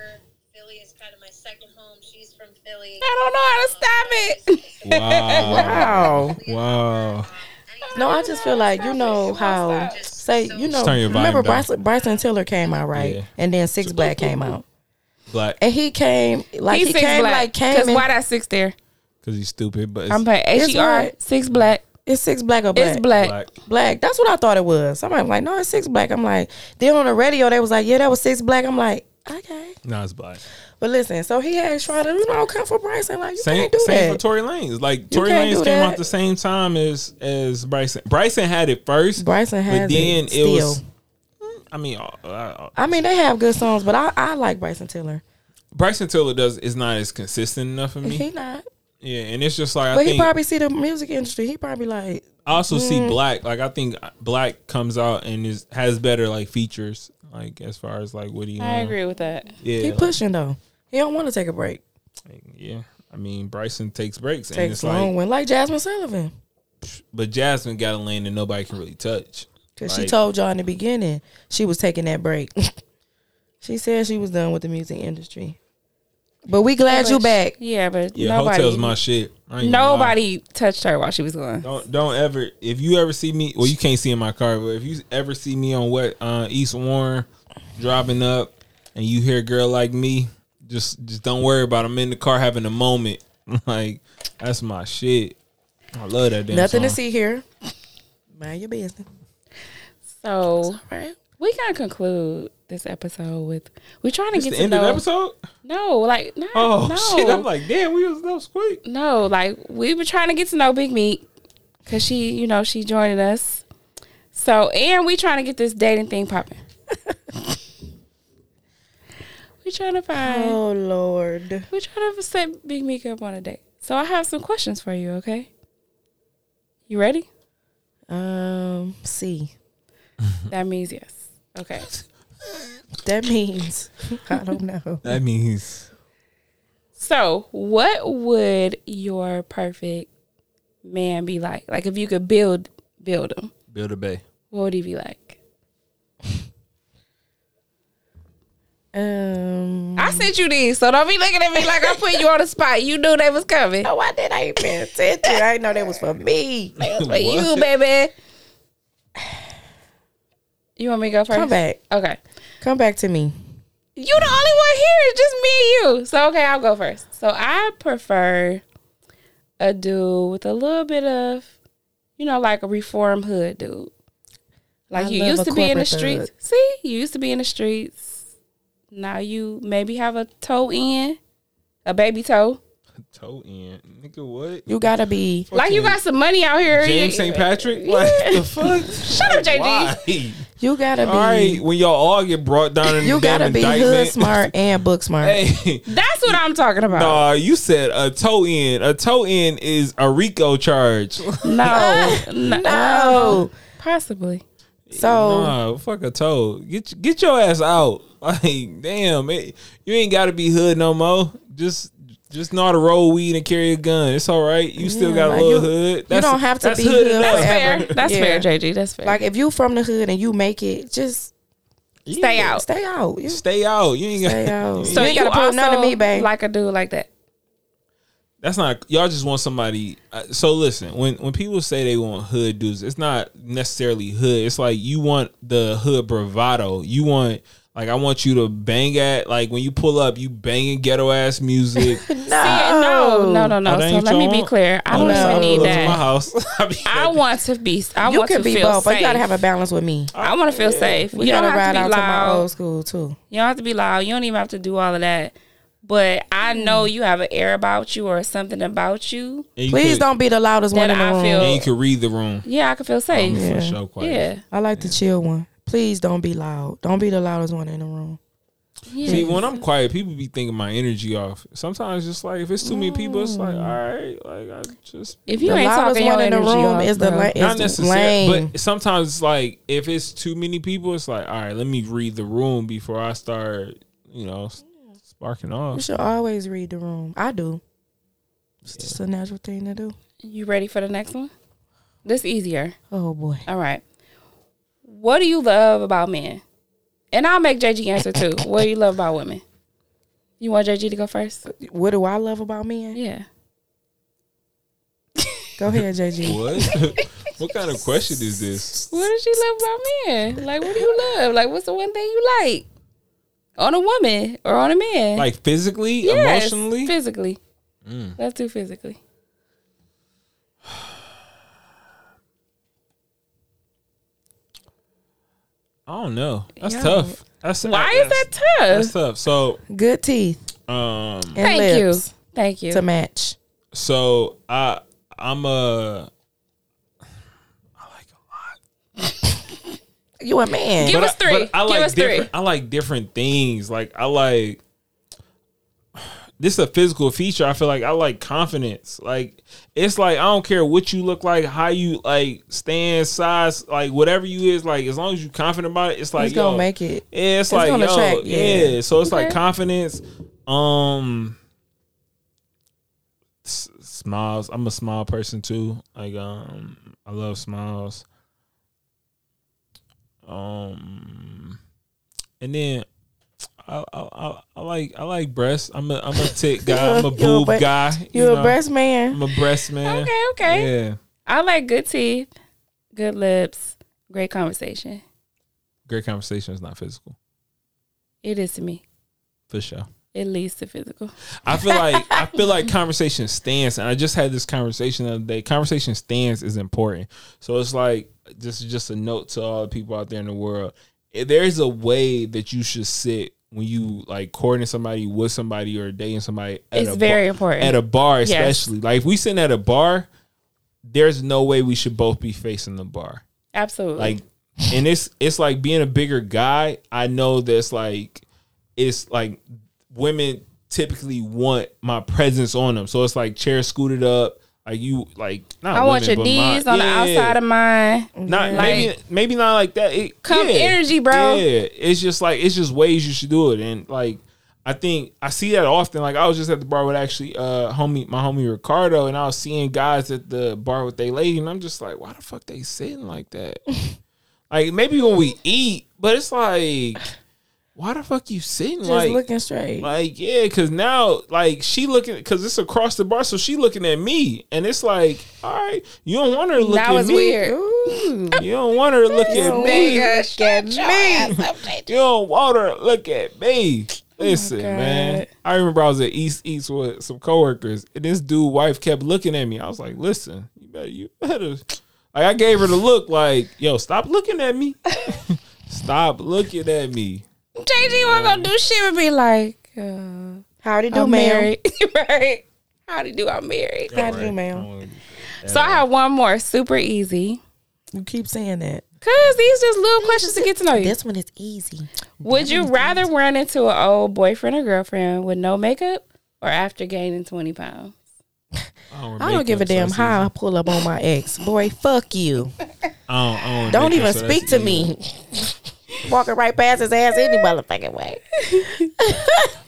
Philly is kind of my second home. She's from Philly.
I don't know how to stop it.
wow,
wow.
wow.
No, I just feel like you know how say you
Just
know.
turn your volume
Remember
down.
Bryson, Bryson Tiller came out right,
Yeah.
and then Six Black came out,
Black
and he came like
He's
he,
six
came
black.
like came.
Cause
and-
why that six there?
because he's stupid, but it's
I'm paying
It's
H E R
black.
six black.
it's Six Black or Black?
It's black.
black.
Black. That's what I thought it was. Somebody was like, no, it's Six Black. I'm like, then on the radio they was like, yeah, that was Six Black. I'm like, okay.
No, it's black.
But listen, so he had tried to you know come for Bryson like you
Same,
can't do
same for
that.
Tory Lanez. Like Tory
can't
Lanez
do
came
that.
out the same time as as Bryson. Bryson had it first.
Bryson has
but then
it
it,
still.
was. I mean, uh, uh,
I mean, they have good songs, but I, I like Bryson Tiller.
Bryson Tiller does is not as consistent enough for me.
He not,
Yeah, and it's just like Mm-hmm. I
but
think
he probably Mm. see the music industry. He probably like
I also see Black. Like I think Black comes out and is has better like features. Like as far as like what he.
I
Mm.
on.
agree with that.
Yeah,
he pushing though. He don't want to take a break.
like, yeah. I mean, Bryson takes breaks, and
Takes
it's
a long
like,
one, like Jasmine Sullivan,
but Jasmine got a lane that nobody can really touch.
because she
Like-
told y'all in the beginning she was taking that break. she said she was done with the music industry, but we glad you back.
Yeah, but
Yeah,
nobody,
hotels my shit. I ain't gonna lie.
nobody touched her while she was going.
Don't don't ever if you ever see me well you can't see in my car but if you ever see me on what uh, East Warren driving up and you hear a girl like me just just don't worry about it. I'm in the car having a moment like that's my shit I love that damn
Nothing to
song.
see here. Mind your business.
So
Right.
we gotta conclude this episode with we're trying to
It's
get
the
to
end of
know.
the episode
No, like not,
oh
no,
shit I'm like damn we was that was quick
no, like we were trying to get to know Big Meat because she, you know, she joining us. So and we trying to get this dating thing popping. we trying to find.
Oh Lord.
We're trying to set Big Meek up on a date. So I have some questions for you, okay? You ready?
Um. See.
That means yes. Okay.
That means I don't know.
that means
So, what would your perfect man be like? Like if you could build build him,
build a bay
what would he be like?
Um.
I sent you these, so don't be looking at me like I put you on the spot. You knew they was coming.
Oh, I did. I ain't paying attention. I didn't know that was for me.
That's for you, baby. You want me to go first?
Come back.
Okay.
Come back to me.
You the only one here. It's just me and you. So okay, I'll go first. So I prefer a dude with a little bit of, you know, like a reform hood dude. Like
I
you
love
used
a
to be in the streets.
corporate thug.
See, You used to be in the streets. Now you maybe have a toe in, a baby toe.
Toe in, nigga. What?
You gotta be.
Like you got some money out here.
James St. Patrick? What the fuck?
Shut up, JD.
Why?
You gotta be.
All right, when y'all all get brought down in
You
the damn
gotta be hood
indictment.
smart and book smart.
Hey,
That's what I'm talking about.
nah, you said a toe in. A toe in is a RICO charge.
No, no,
No.
possibly.
So
Nah, fuck a toe. Get y- get your ass out. Like, damn, it, you ain't got to be hood no more. Just just know how to roll weed and carry a gun. It's all right. You still got a
like,
little
you-
hood.
don't have to
that's
be hood
enough.
That's fair.
Forever.
That's
Yeah.
fair, JG. That's fair.
like if you from the hood and you make it, just
stay out.
stay out. You
Stay out. You ain't
stay
got.
out.
So
you ain't gotta prove none to
also
me, babe.
Like a dude like that.
That's not. Y'all just want somebody. uh, So listen, when when people say they want hood dudes, it's not necessarily hood. It's like you want the hood bravado. You want. Like I want you to bang at like when you pull up, you banging ghetto ass music.
Oh.
No, no, no, no.
Oh, That
So
ain't
let me
y'all.
be clear. I don't
Unless
even
pull
need
up to My
that.
house. I be
I
like,
want to be. I
you
want
could
to
be
feel
both,
safe.
but you gotta have a balance with me.
I want to feel safe.
We
you don't
gotta
have
ride
to be
out to my
loud.
old school too.
You don't have to be loud. You don't even have to do all of that. But I
Mm.
know you have an air about you or something about you.
And you
Please
could-
don't be the loudest one
That
in the
I
room.
feel-
And you can read the room.
Yeah, I can feel safe.
I'm
yeah.
for sure quiet.
I like the chill one. Please don't be loud. Don't be the loudest one in the room.
Yeah.
See, when I'm quiet, people be thinking my energy off. Sometimes, just like if it's too many people, it's
Mm.
like all right, like I just
if you
the
ain't
loudest
talking your
one in the
energy
room
off,
is the
bro.
la-
not
is
necessarily.
lame.
But sometimes, it's like if it's too many people, it's like all right, let me read the room before I start, you know, s- sparking
you
off.
should always read the room. I do. It's just a natural thing to do.
You ready for the next one? This easier.
Oh boy.
All right. What do you love about men? And I'll make JG answer too. What do you love about women? You want JG to go first?
What do I love about men?
Yeah.
Go ahead, JG.
What? what kind of question is this?
What does she love about men? Like, what do you love? Like, what's the one thing you like on a woman or on a man?
Like physically,
Yes,
emotionally? Mm.
physically. Let's do physically.
I don't know. That's
Yeah.
tough. That's
Why is that
That's
tough?
tough. So,
Good teeth
um,
and
Thank
lips
you. Thank you.
to match.
So I I'm a I like a lot.
You a man.
Give us
I-
three.
I
Give
like
us three.
different I like different things. Like I like this is a physical feature. I feel like I like confidence. Like it's like I don't care what you look like, how you like stand, size, like whatever you is, like as long as you confident about it, it's like
He's gonna
yo,
make it.
Yeah, it's, like
gonna
yo,
attract,
yeah.
yeah.
So it's like
Okay.
confidence. Um, s- smiles. I'm a smile person too. Like um, I love smiles. Um, and then. I, I, I, I like I like breasts. I'm a I'm a tit guy. I'm a
You a
boob
bre-
guy.
You, a
know.
breast man.
I'm a breast man.
Okay, okay.
Yeah,
I like good teeth, good lips, great conversation.
great conversation is not physical
It is to me.
for sure.
It leads to physical.
I feel like I feel like conversation stance, and I just had this conversation the other day. Conversation stance is important. So it's like this is just a note to all the people out there in the world. If There's a way that you should sit when you like courting somebody with somebody or dating somebody. At
It's
a
very
bar,
important.
at a bar,
Yes.
especially. Like if we sitting at a bar, there's no way we should both be facing the bar
Absolutely.
like and it's it's like being a bigger guy i know that's like it's like women typically want my presence on them so it's like chair scooted up like you like not
I want
women,
your
but my-
knees on the
yeah.
outside of mine.
not maybe maybe not like that it,
Mm-hmm. Come
yeah.
energy, bro.
yeah it's just like it's just ways you should do it and like I think I see that often. Like I was just at the bar with actually uh homie my homie Ricardo and I was seeing guys at the bar with they lady and I'm just like, why the fuck they sitting like that? Like maybe when we eat, but it's like, why the fuck you sitting
Just
like,
looking straight.
like yeah? Because now like she looking because it's across the bar, so she looking at me, and it's like, all right, you don't want her looking.
That was
at me.
weird.
Ooh.
You don't want her looking at me.
Look at me.
You don't want her look at me.
Oh
Listen, man. I remember I was at East East with some coworkers, and this dude wife kept looking at me. I was like, listen, you better, you better. Like I gave her the look, like, yo, stop looking at me. Stop looking at me.
JG wasn't gonna do shit but be like, uh,
How did you
I'm
do, ma'am?
married, right? How do you do? I'm married.
How do, ma'am?
So I have one more, super easy.
You keep saying that.
Cause these just little questions to get to know you.
This one is easy.
Would you rather run into an old boyfriend or girlfriend with no makeup, or after gaining twenty pounds?
don't,
I don't give a damn how I pull up on my ex. Boy, fuck you.
I don't, I
Don't
make
even
up, so that's
speak to
easy.
me. Walking right past his ass any motherfucking way.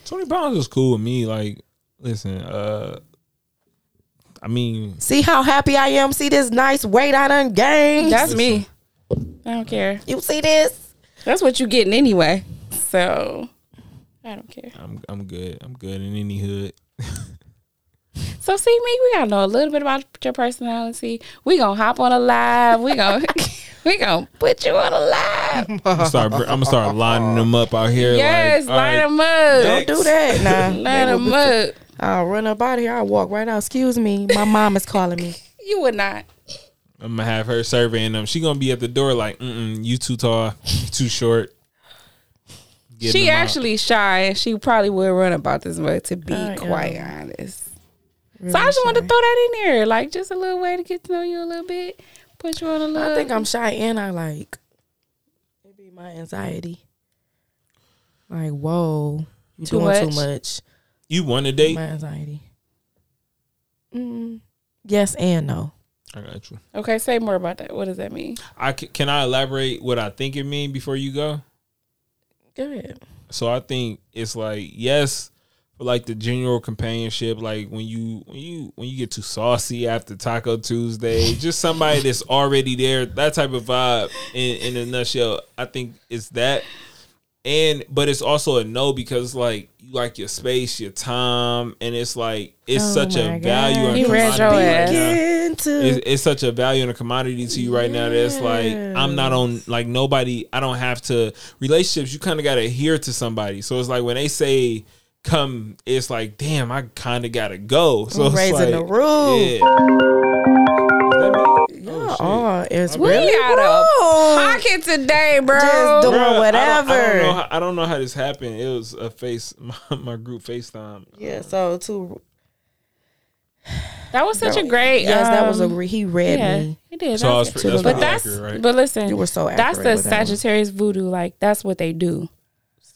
Twenty pounds is cool with me. Like, listen, uh, I mean,
See how happy I am. See this nice weight I done gained.
That's me. I don't care.
you see this?
That's what you getting anyway. So I don't care.
I'm I'm good. I'm good in any hood.
So see me, we gotta know a little bit about your personality. We gonna hop on a live. We gonna we gonna put you on a live.
I'm gonna start, I'm gonna start lining them up out here.
Yes,
like, all
line
right,
them up.
Don't do that. Nah.
line them up.
I'll run up out of here. I'll walk right out. Excuse me. My mom is calling me.
You would not.
I'm gonna have her surveying them. She gonna be at the door like, mm, you too tall, you too short. Get
she
them out.
actually shy, and she probably would run about this much. To be
I
quite honest, so I just want to throw that in there, like just a little way to get to know you a little bit. Put you on a little.
I think I'm shy and I like it be my anxiety. Like, whoa, you
Too
doing
much?
too much.
You want a date?
My anxiety. Mm, yes and no.
I got you.
okay. Say more about that. What does that mean?
I c- can I elaborate what I think it mean before you go.
Go ahead.
So I think it's like yes, for like the general companionship, like when you when you when you get too saucy after Taco Tuesday, just somebody that's already there, that type of vibe. In in a nutshell, I think it's that. And but it's also a no because like you like your space, your time, and it's like it's
Oh
such
my
a value.
God.
and
He read your
commodity
ass.
right now
Into
it's, it's such a value and a commodity to you right now that it's like I'm not on like nobody I don't have to relationships you kind of got to adhere to somebody so it's like when they say come it's like damn I kind of got to go so it's
raising
like,
the roof.
yeah. That mean- oh, shit.
Oh, it's
We
really
out
wrong.
of pocket today, bro.
Just doing
Bruh,
whatever.
I don't, I don't know how, I don't know how this happened it was a face my, my group FaceTime
yeah, so to
that was such a great.
yes, that was a
um,
re- he read
yeah,
me.
He did.
so I was,
That's-
that's
to the
pretty
but that's
accurate, right
but listen,
You were so accurate.
that's the
with that one.
Sagittarius voodoo. Like that's what they do.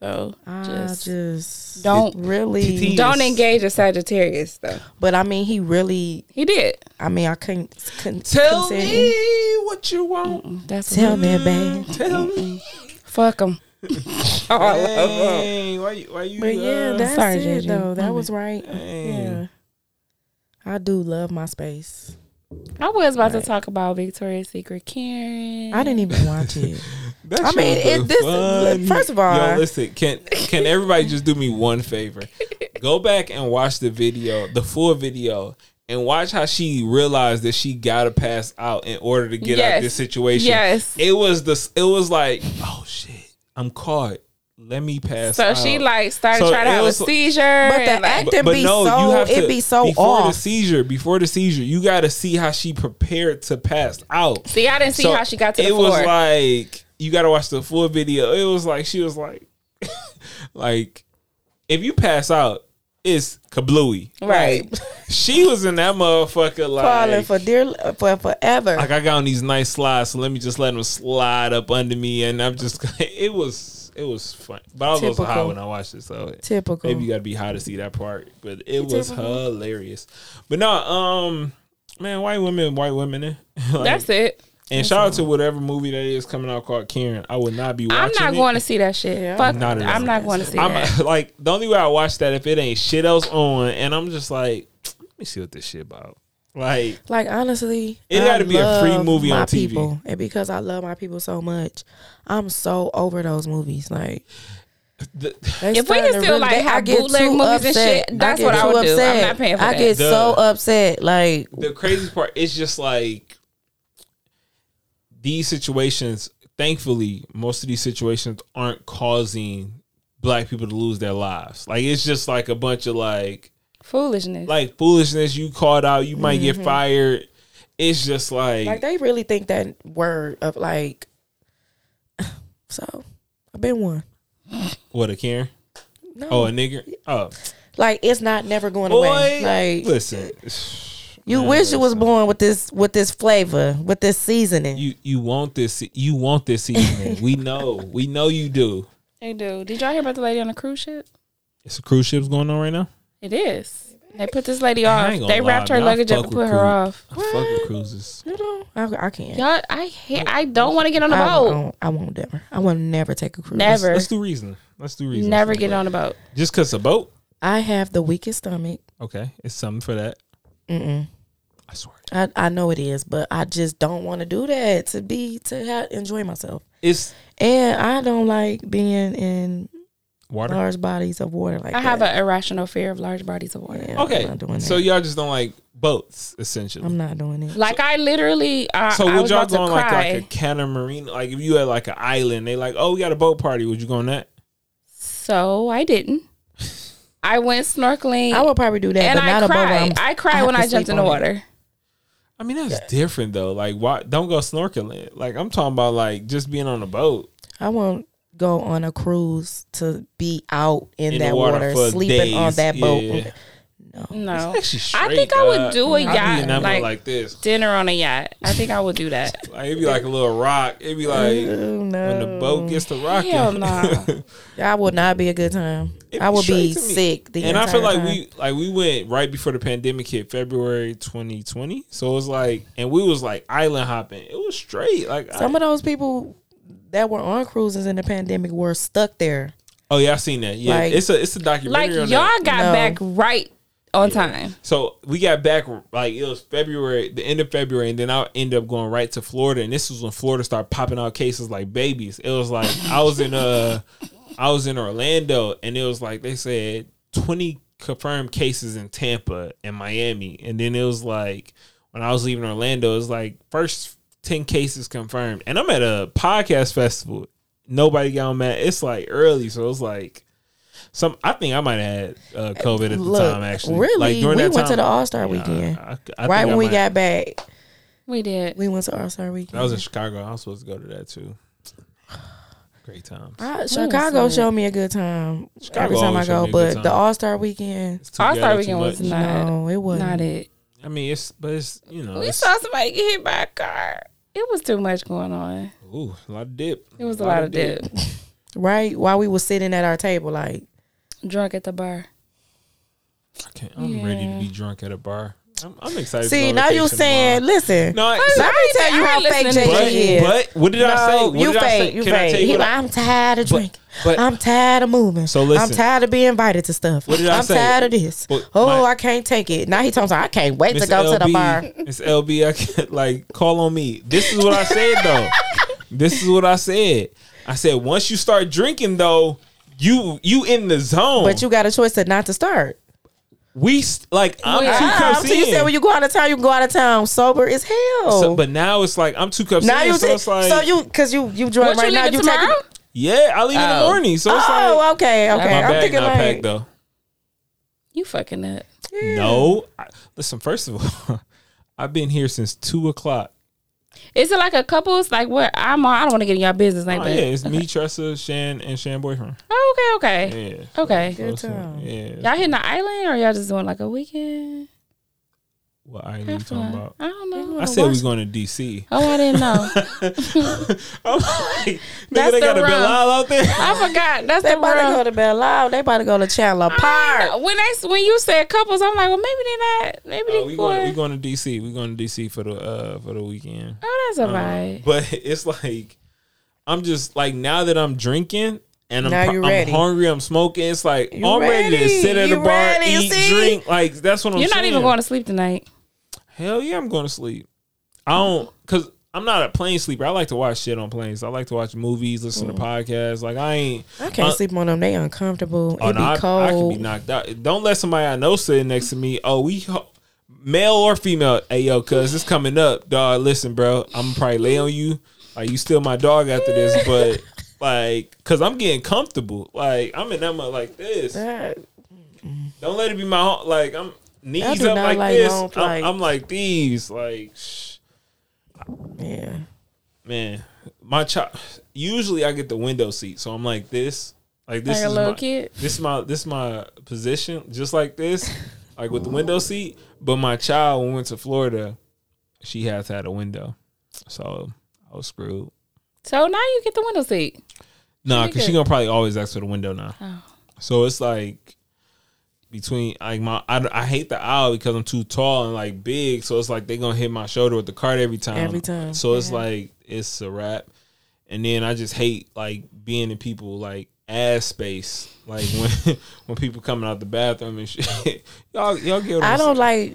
So
I
just,
just,
don't
really,
TT.
don't engage a Sagittarius though.
but I mean, he really.
He did.
I mean, I couldn't. couldn't
tell
couldn't say-
me Mm-hmm. what you want
That's
Tell me, babe.
tell me
fuck him. oh, I love 'em.
Dang, why you why you
But yeah,
uh,
that's
sorry,
it
JJ.
though.
My
That was right.
Dang.
Yeah, I do love my space.
I was about
Right.
to talk about Victoria's Secret Karen.
I didn't even watch it.
That
I
shit
mean,
was
it- this is-
fun.
first of all-
yo, listen, can can everybody just do me one favor? Go back and watch the video, the full video, and watch how she realized that she gotta pass out in order to get out
Yes.
of this situation.
Yes.
it was the it was like, oh shit, I'm caught. Let me pass.
So
out.
she like started
So
trying to
it
have a
was-
seizure.
But the
and, like,
act- Them be so- it be so
before the
off.
seizure. Before the seizure, you got to see how she prepared to pass out.
see, I didn't see how she got to the
it
floor.
was like you got to watch the full video. It was like she was like, like if you pass out, it's kablooey.
right.
She was in that motherfucker
Falling
like.
for dear for forever.
like I got on these nice slides, so let me just let them slide up under me, and I'm just. It was it was fun, but I was also high
Typical.
when I watched it, so
Typical.
Maybe you gotta be high to see that part, but it was hilarious. But no, um, man, white women, white women. eh? Like,
That's it.
And shout out to whatever movie that is coming out called Karen. I would not be watching.
I'm not
it.
going to see that shit. Fuck.
Not at
I'm
all.
not going to see that.
I'm like the only way I watch that if it ain't shit else on, and I'm just like, let me see what this shit about. Like,
Like honestly,
It
I
gotta be a free
love
movie on
my
TV.
People, and because I love my people so much, I'm so over those movies. Like
the,
If we can still, like, have bootleg movies and shit, that's what I would do. I'm not paying for
I
that.
get so
The-
upset. Like
the crazy part is just like these situations thankfully most of these situations aren't causing black people to lose their lives like it's just like a bunch of like
Foolishness.
like foolishness you called out you might
Mm-hmm.
get fired it's just like,
like they really think that word of like So I've been one.
What a Karen?
No,
Oh, a nigger? Oh,
like it's not never going
boy.
away. Like
listen,
you
man,
wish you was
listen.
born with this with this flavor with this seasoning.
You you want this? You want this season? we know. We know you do.
They do. Did y'all hear about the lady on the cruise ship?
It's a cruise ships going on right now.
It is. They put this lady
I
off.
ain't gonna
They wrapped
lie,
her
man, I
luggage up
fuck
and
with
put
cruise-
her off.
I fuck with cruises.
you know, I, I can't.
Y'all, I hate, I don't want to get on a
I,
boat.
won't, I won't never. I will never take a cruise.
Never.
Let's do reason. Let's do reason.
Never get on a boat.
Just cause a boat.
I have the weakest stomach.
Okay, it's something for that.
Mm-mm.
I swear.
I, I know it is, but I just don't want to do that to be to ha- enjoy myself.
It's
And I don't like being in
water.
large bodies of water like
I have
that.
an irrational fear of large bodies of water.
Yeah,
Okay,
I'm not doing
so
that.
y'all just don't like boats, essentially.
I'm not doing it.
Like I literally, uh,
so
I
would
was
y'all
about to
go on like
cry.
like a catamaran? Like if you had like an island, they like, oh, we got a boat party. Would you go on that?
so I didn't. I went snorkeling
I would probably do that,
and
but not
I
a boat. where
cried.
I'm-
I cried
have
when
to
I jumped
sleep
in the
on it.
water.
I mean, that's different though. Like, why don't go snorkeling? Like, I'm talking about like just being on a boat.
I won't go on a cruise to be out in,
In the
that
water
water,
for
sleeping on
days,
that boat.
yeah.
Oh.
No,
Actually,
I
straight,
think I would
dog.
do a
I'd be
yacht,
in that mother
like-
like this.
dinner on a yacht. I think I will do that.
Like it'd be like a little rock. It'd be like
Ooh, Oh, no.
when the boat gets to rocking.
Hell nah.
I would not be a good time.
It'd
I would be
straight to me.
sick. The
and I feel like
time.
we like we went right before the pandemic hit, February 2020. So it was like, and we was like island hopping. It was straight. Like, I-
some of those people that were on cruises in the pandemic were stuck there.
oh yeah, I seen that. Yeah,
Like-
it's a it's a
like
documentary.
y'all
on
got
that.
No.
back right on time.
So we got back like it was February, the end of February, and then I ended up going right to Florida. And this was when Florida started popping out cases like babies. It was like I was in uh I was in Orlando, and it was like they said twenty confirmed cases in Tampa and Miami, and then it was like when I was leaving Orlando, it was like first ten cases confirmed, and I'm at a podcast festival. Nobody got on that. It's like early, so it's like. Some I think I might have had uh, COVID at the
Look,
time. Actually,
really,
like during
we
that
went
time-
to the All Star weekend.
I- I
right
think
when
I
we
might-
got back,
We did.
we went to All Star weekend.
I was in Chicago. I was supposed to go to that too. Great times.
I- Chicago showed me a good time every time I
always showed
go,
me a good
but the
time.
All Star weekend,
It's too
All Star
ghetto,
Weekend
too
was
much.
not,
no, it wasn't.
not it.
I mean, it's but it's you know,
We
it's,
saw somebody get hit by a car. It was too much going on.
ooh, a lot of dip.
It was a lot of dip.
Right while we were sitting at our table, like
Drunk at the bar.
I can't, I'm ready to be drunk at a bar. I'm, I'm excited. to go
see
on
now you
vacation
saying,
tomorrow.
listen,
no. I,
let me tell you
I
how
ain't
fake
listening to
JJ
but,
is.
but what did I say?
no,
What
you
did I say?
fake, you
Can I
fake.
tell you
He
what
like,
I-
I'm tired of
But-
drinking.
but-
I'm tired of moving.
So
I'm
listen.
tired of being invited to stuff.
What did I
I'm
say?
tired of this.
But
oh,
my-
I can't take it. Now he tells me I can't wait
Miss
to go to the bar.
LB, Miss LB, I can't, like call on me. This is what I said though. this is what I said. I said once you start drinking though, you you in the zone.
But you got a choice to not to start.
we st- like I'm
Yeah.
two
Ah,
cups
so you
in.
said when you go out of town, you can go out of town sober as hell.
So- but now it's like I'm two cups
now
in.
you
so
ta-
it's like
so you because you you drunk
What
right
you
now.
leaving
You take
tomorrow?
it.
yeah, I leave in the
Oh.
morning. So it's
Oh,
like
okay, okay.
my
I'm
bag
thinking
not
like
packed though.
You fucking up.
yeah.
No, I, listen. First of all, I've been here since two o'clock.
Is it like a couple's? Like what? I'm. on- I don't want to get in your business. Like
Oh,
that.
yeah, it's me, Tressa, Shan, and Shan boyfriend.
Oh, okay. Okay.
Yeah.
Okay.
So it's like-
time.
Yeah.
Y'all hitting the island or y'all just doing like a weekend?
What are you
Have
talking
fun.
about?
I don't know.
I said we going to DC.
Oh, I didn't know.
I'm like, nigga,
That's the
they got a
rum.
Bilal out there.
I forgot. That's
They
the
about to go
real.
to Belle Isle. They about to go to Chandler Park.
When I s- when you said couples, I'm like, well, maybe they're not. Maybe
Uh,
they
we
are
going, we going to DC. We going to DC for the uh for the weekend.
Oh, that's
Um,
all right.
But it's like I'm just like now that I'm drinking and I'm,
Now you
I'm
ready.
hungry, I'm smoking. It's like
You
I'm ready. to
ready.
sit at
You
a bar,
ready, you
eat,
see?
drink. Like that's what I'm.
You're not
saying.
even going to sleep tonight.
Hell yeah, I'm going to sleep. I don't because I'm not a plane sleeper. I like to watch shit on planes. I like to watch movies, listen
Mm.
to podcasts. Like I ain't.
I can't
Uh,
sleep on them. They uncomfortable.
Oh,
it be
no, I,
cold.
I can be knocked out. Don't let somebody I know sitting next to me. Oh, we ho- male or female. Hey yo, cuz it's coming up, dog. Listen, bro, I'm probably lay on you. Like you still my dog after this, but like, cause I'm getting comfortable. Like I'm in that mud like this.
That-
Don't let it be my home. like I'm
I
knees
do
up
not
like,
like
this.
long
I'm,
flights.
I'm like these. Like shh,
yeah.
man, my child. Usually, I get the window seat, so I'm like this, like this
Like a
is
little
my,
kid?
This is my this is my position, just like this, like with the window seat. But my child, when we went to Florida, she has had a window, so I was screwed.
So now you get the window seat.
No, nah,
Pretty
because she
good.
gonna probably always ask for the window now.
Oh.
So it's like between like my I, I hate the aisle because I'm too tall and like big. So it's like they gonna hit my shoulder with the cart every time.
Every time,
So it's like it's a wrap. And then I just hate like being in people like ass space. Like when when people coming out the bathroom and shit. y'all y'all get what
I
I'm
don't like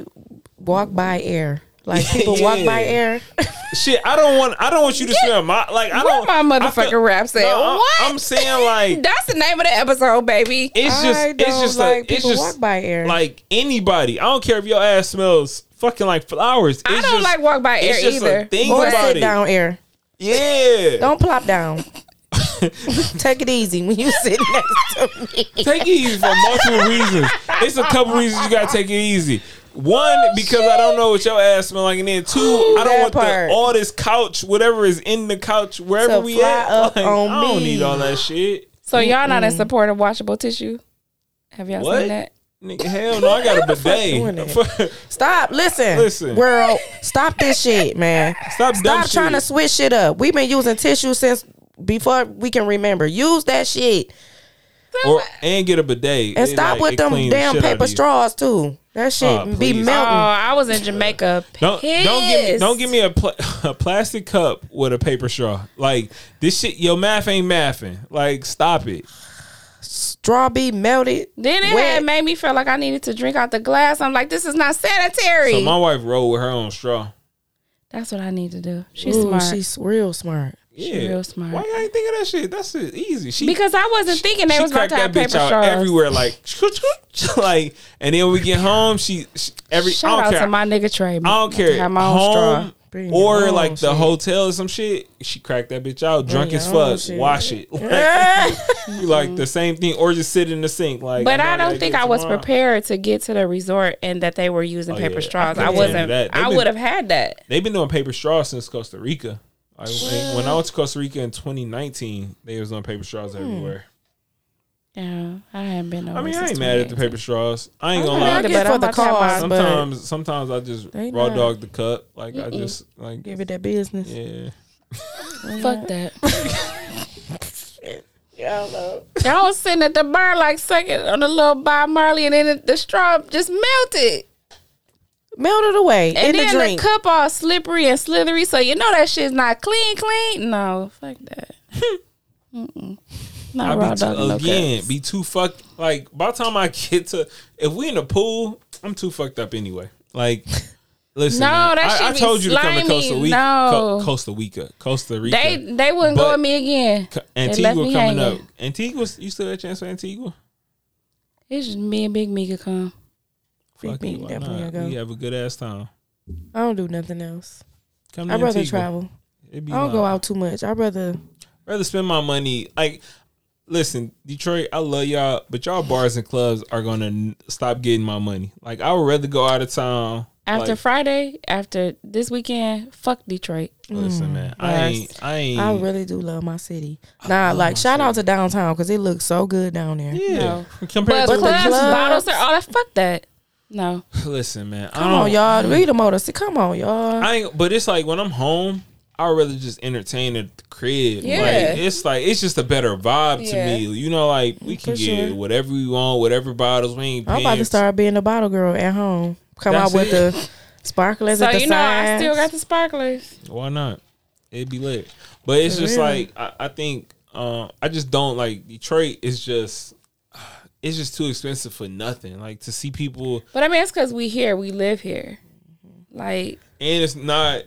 walk by air. Like people walk by
Yeah.
air.
shit, I don't want I don't want you to smell my like I
Where
don't
my
I feel-
motherfucking raps at?
No, I'm-
what?
I'm saying like
That's the name of the episode, baby.
It's just,
I
it's
don't
just
like
like, it's
people
just
walk by air.
Like anybody, I don't care if your ass smells fucking like flowers. It's
I don't
just,
like walk by air
it's just a
either.
thing
Or
about
sit
it.
down air.
Yeah,
Don't plop down. Take it easy when you sit next to me.
take it easy for multiple reasons. It's a couple reasons you gotta take it easy. One, because I don't know what your ass smell like, and then two, I
Oh, That
don't want the,
part.
all this couch, whatever is in the couch, wherever
To
we
fly
at.
up
like,
on
I don't
me.
need all that shit.
So y'all not in support of washable tissue? Have y'all
What?
seen that?
Nigga, hell no, I got a
doing
bidet.
that? Stop. Listen.
Listen.
World, stop this shit, man.
Stop, dumb
Stop trying
shit.
to switch shit up. We've been using tissue since before we can remember. Use that shit.
or and get a bidet
And
It, like,
stop
it
with them
cleans the
damn
shit out
paper
of you.
straws too. That shit
Oh,
be
please.
Oh,
melting.
I was in Jamaica.
Don't don't give me
pissed.
don't give me a, pl- a plastic cup with a paper straw. Like this shit, your math ain't mathing. Like stop it.
Straw be melted.
Then it
wet.
had made me feel like I needed to drink out the glass. I'm like, this is not sanitary.
So my wife rolled with her own straw.
That's what I need to do. She's
Ooh,
smart.
She's real smart.
Yeah,
real smart.
Why I ain't think of that shit? That's shit easy. She
because I wasn't thinking they
she
was about
cracked
to
that
have paper
bitch out
straws.
everywhere. Like like, and then when we get home, she, she every I
Shout
don't
out
care.
to my nigga Trey.
I don't care.
Have my own straw.
home
Bring
or
your own
like the
shit.
hotel or some shit. She cracked that bitch out, drunk
your
as
own
fuck.
shit.
Wash it. You like the same thing, or just sit in the sink. Like,
But
I'm
I
not
don't
gonna
think
get
I was
tomorrow.
prepared to get to the resort and that they were using
Oh,
paper
yeah.
straws.
I
I
could've
wasn't.
handled that. They
I
been-
would have had that.
They've been doing paper straws since Costa Rica. Like when, when I went to Costa Rica in 2019, they was on paper straws
Hmm.
everywhere.
Yeah, I haven't been. Over
I mean, I
since
ain't mad at the
2018.
paper straws. I ain't gonna
not
lie.
mad at
but
I'm
for
about
the
to have
cause,
mine.
but
Sometimes, sometimes I just
They
raw
not.
dog the cup. Like I just like
give it that business.
yeah.
Fuck that.
Y'all know.
Y'all was sitting at the bar like second on the little Bob Marley, and then the, the straw just melted,
Melted away
and
in
then
the
the,
drink.
cup all slippery and slithery. So you know that shit's not clean, clean. No, fuck that. Mm-mm. Not raw
I be
dog.
too,
no
again
cups.
be too fucked. Like by the time I get to, if we in the pool, I'm too fucked up anyway. Like. Listen,
No,
man,
that
I,
shit
I
be
told you to come to Costa
slimy.
Rica.
No.
Co- Costa Rica, Costa Rica.
they they wouldn't go
But-
at me again.
Co-
They
Antigua
left me
coming up.
hanging.
Antigua, you still had a chance for Antigua?
It's just me and Big Mika come.
Big
Fuck you,
Meat,
why
definitely
not?
gonna go.
We have a good ass time.
I don't do nothing else.
Come to
I'd rather
Antigua.
travel.
It'd be
I don't go
mine.
out too much. I'd rather
rather spend my money. Like, listen, Detroit, I love y'all, but y'all bars and clubs are gonna n- stop getting my money. Like, I would rather go out of town.
After
like,
Friday, after this weekend, fuck Detroit.
listen, man, I ain't, I ain't.
Mm, I really do love my city. Nah, like shout out to downtown because it looks so good down there.
yeah.
No.
Compared
But,
to
clubs,
clubs-
bottles, are all that. Fuck that. No.
listen, man, I
Come
don't,
on, y'all. Read the motor. See, come on, y'all.
I ain't, but it's like when I'm home, I'd rather just entertain at the crib.
Yeah.
Like it's like it's just a better vibe
Yeah.
to me. You know, like we can
For
get
sure.
whatever we want, whatever bottles we ain't.
I'm about to
pants.
start being a bottle girl at home. Come
That's
out with
it.
the sparklers
So
at the
you know, I still got
sides.
the sparklers.
Why not? It'd be lit. But it's just like I, I think um, I just don't like Detroit. Is just it's just too expensive for nothing. Like to see people,
But I mean, it's because we here, we live here. Like
and it's not.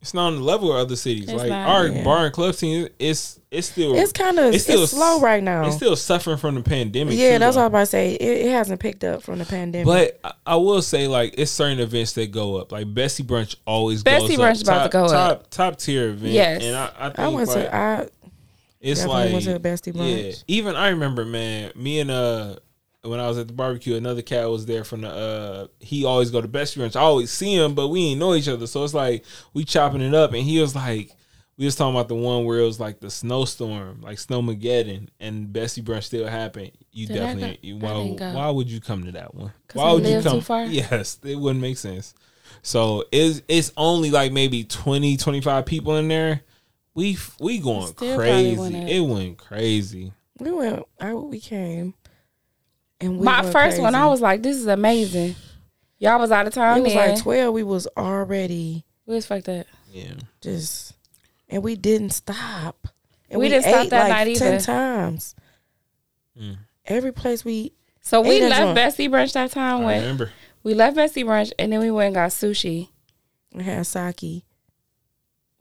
It's not on the level of other cities.
It's
like
not,
our
yeah.
bar and club team, it's it's still
It's kind of it's, slow right now.
It's still suffering from the pandemic.
yeah,
too,
that's
though.
what I'm about to say. It, it hasn't picked up from the pandemic.
But I- I will say, like, it's certain events that go up. Like Bessie Brunch always
Bessie
goes up.
Brunch about to
top,
go
top,
up.
Top tier event.
Yes.
and I, I think
I went
like,
to I
it's
definitely
like
went to a Bessie Brunch.
even I remember, man. Me and uh, when I was at the barbecue, another cat was there from the. uh He always go to Bessie Brunch. I always see him, but we ain't know each other, so it's like we chopping it up, and he was like. we was talking about the one where it was like the snowstorm, like snowmageddon, and Bessie Brush still happened. You
Did I
definitely
go?
you,
I
why,
didn't go.
why would you come to that one?
'Cause
Why
I
would you
live too
come?
far.
Yes, it wouldn't make sense. So it's it's only like maybe 20, 25 people in there. We f- we going
Still probably went
crazy.
up.
It went crazy.
We went. I we came. And we
My
went
first one,
crazy.
I was like, this is amazing. Y'all was out of town.
It was
then.
like twelve. We was already
we was fucked up.
Yeah.
just, and we didn't stop. And
We didn't stop
ate,
that
like
night
Ten
either.
times.
Mm.
Every place we
So we
Ain't that
left
drunk.
Bessie Brunch that time
I
when
remember.
we left Bessie Brunch and then we went and got sushi.
had sake,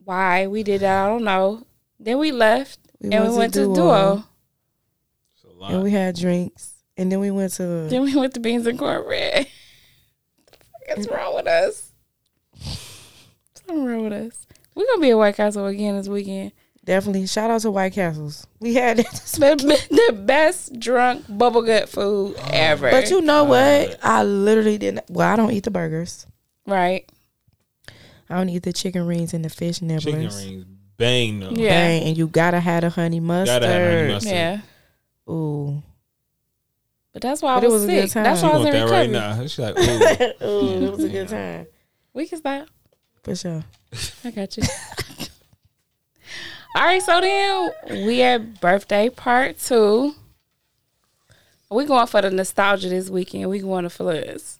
Why we did that, I don't know. Then we left
We
and we went to Duo.
It's a
and
lot.
we had drinks, and then we went to
Then we went to Beans and Cornbread. What's wrong with us? Something wrong with us. We're gonna be at White Castle again this weekend.
definitely shout out to White Castles. We had that.
The, the best drunk bubblegut food ever.
But you
Uh,
know what? I literally didn't. Well, I don't eat the burgers.
right?
I don't eat the chicken rings and the fish nibblers.
Chicken rings, bang though.
Yeah.
Dang, and you gotta have the honey mustard.
Gotta have honey mustard.
Yeah.
Ooh.
But that's why
But
I
it
was,
was a
sick.
good time.
That's
She
why I was
want
in
that
recovery.
right now. She's like, ooh.
Ooh, it was a
Yeah.
good time.
We can stop.
For sure.
I got you. All right, so then we at birthday part two. We going for the nostalgia this weekend. We going to Floods.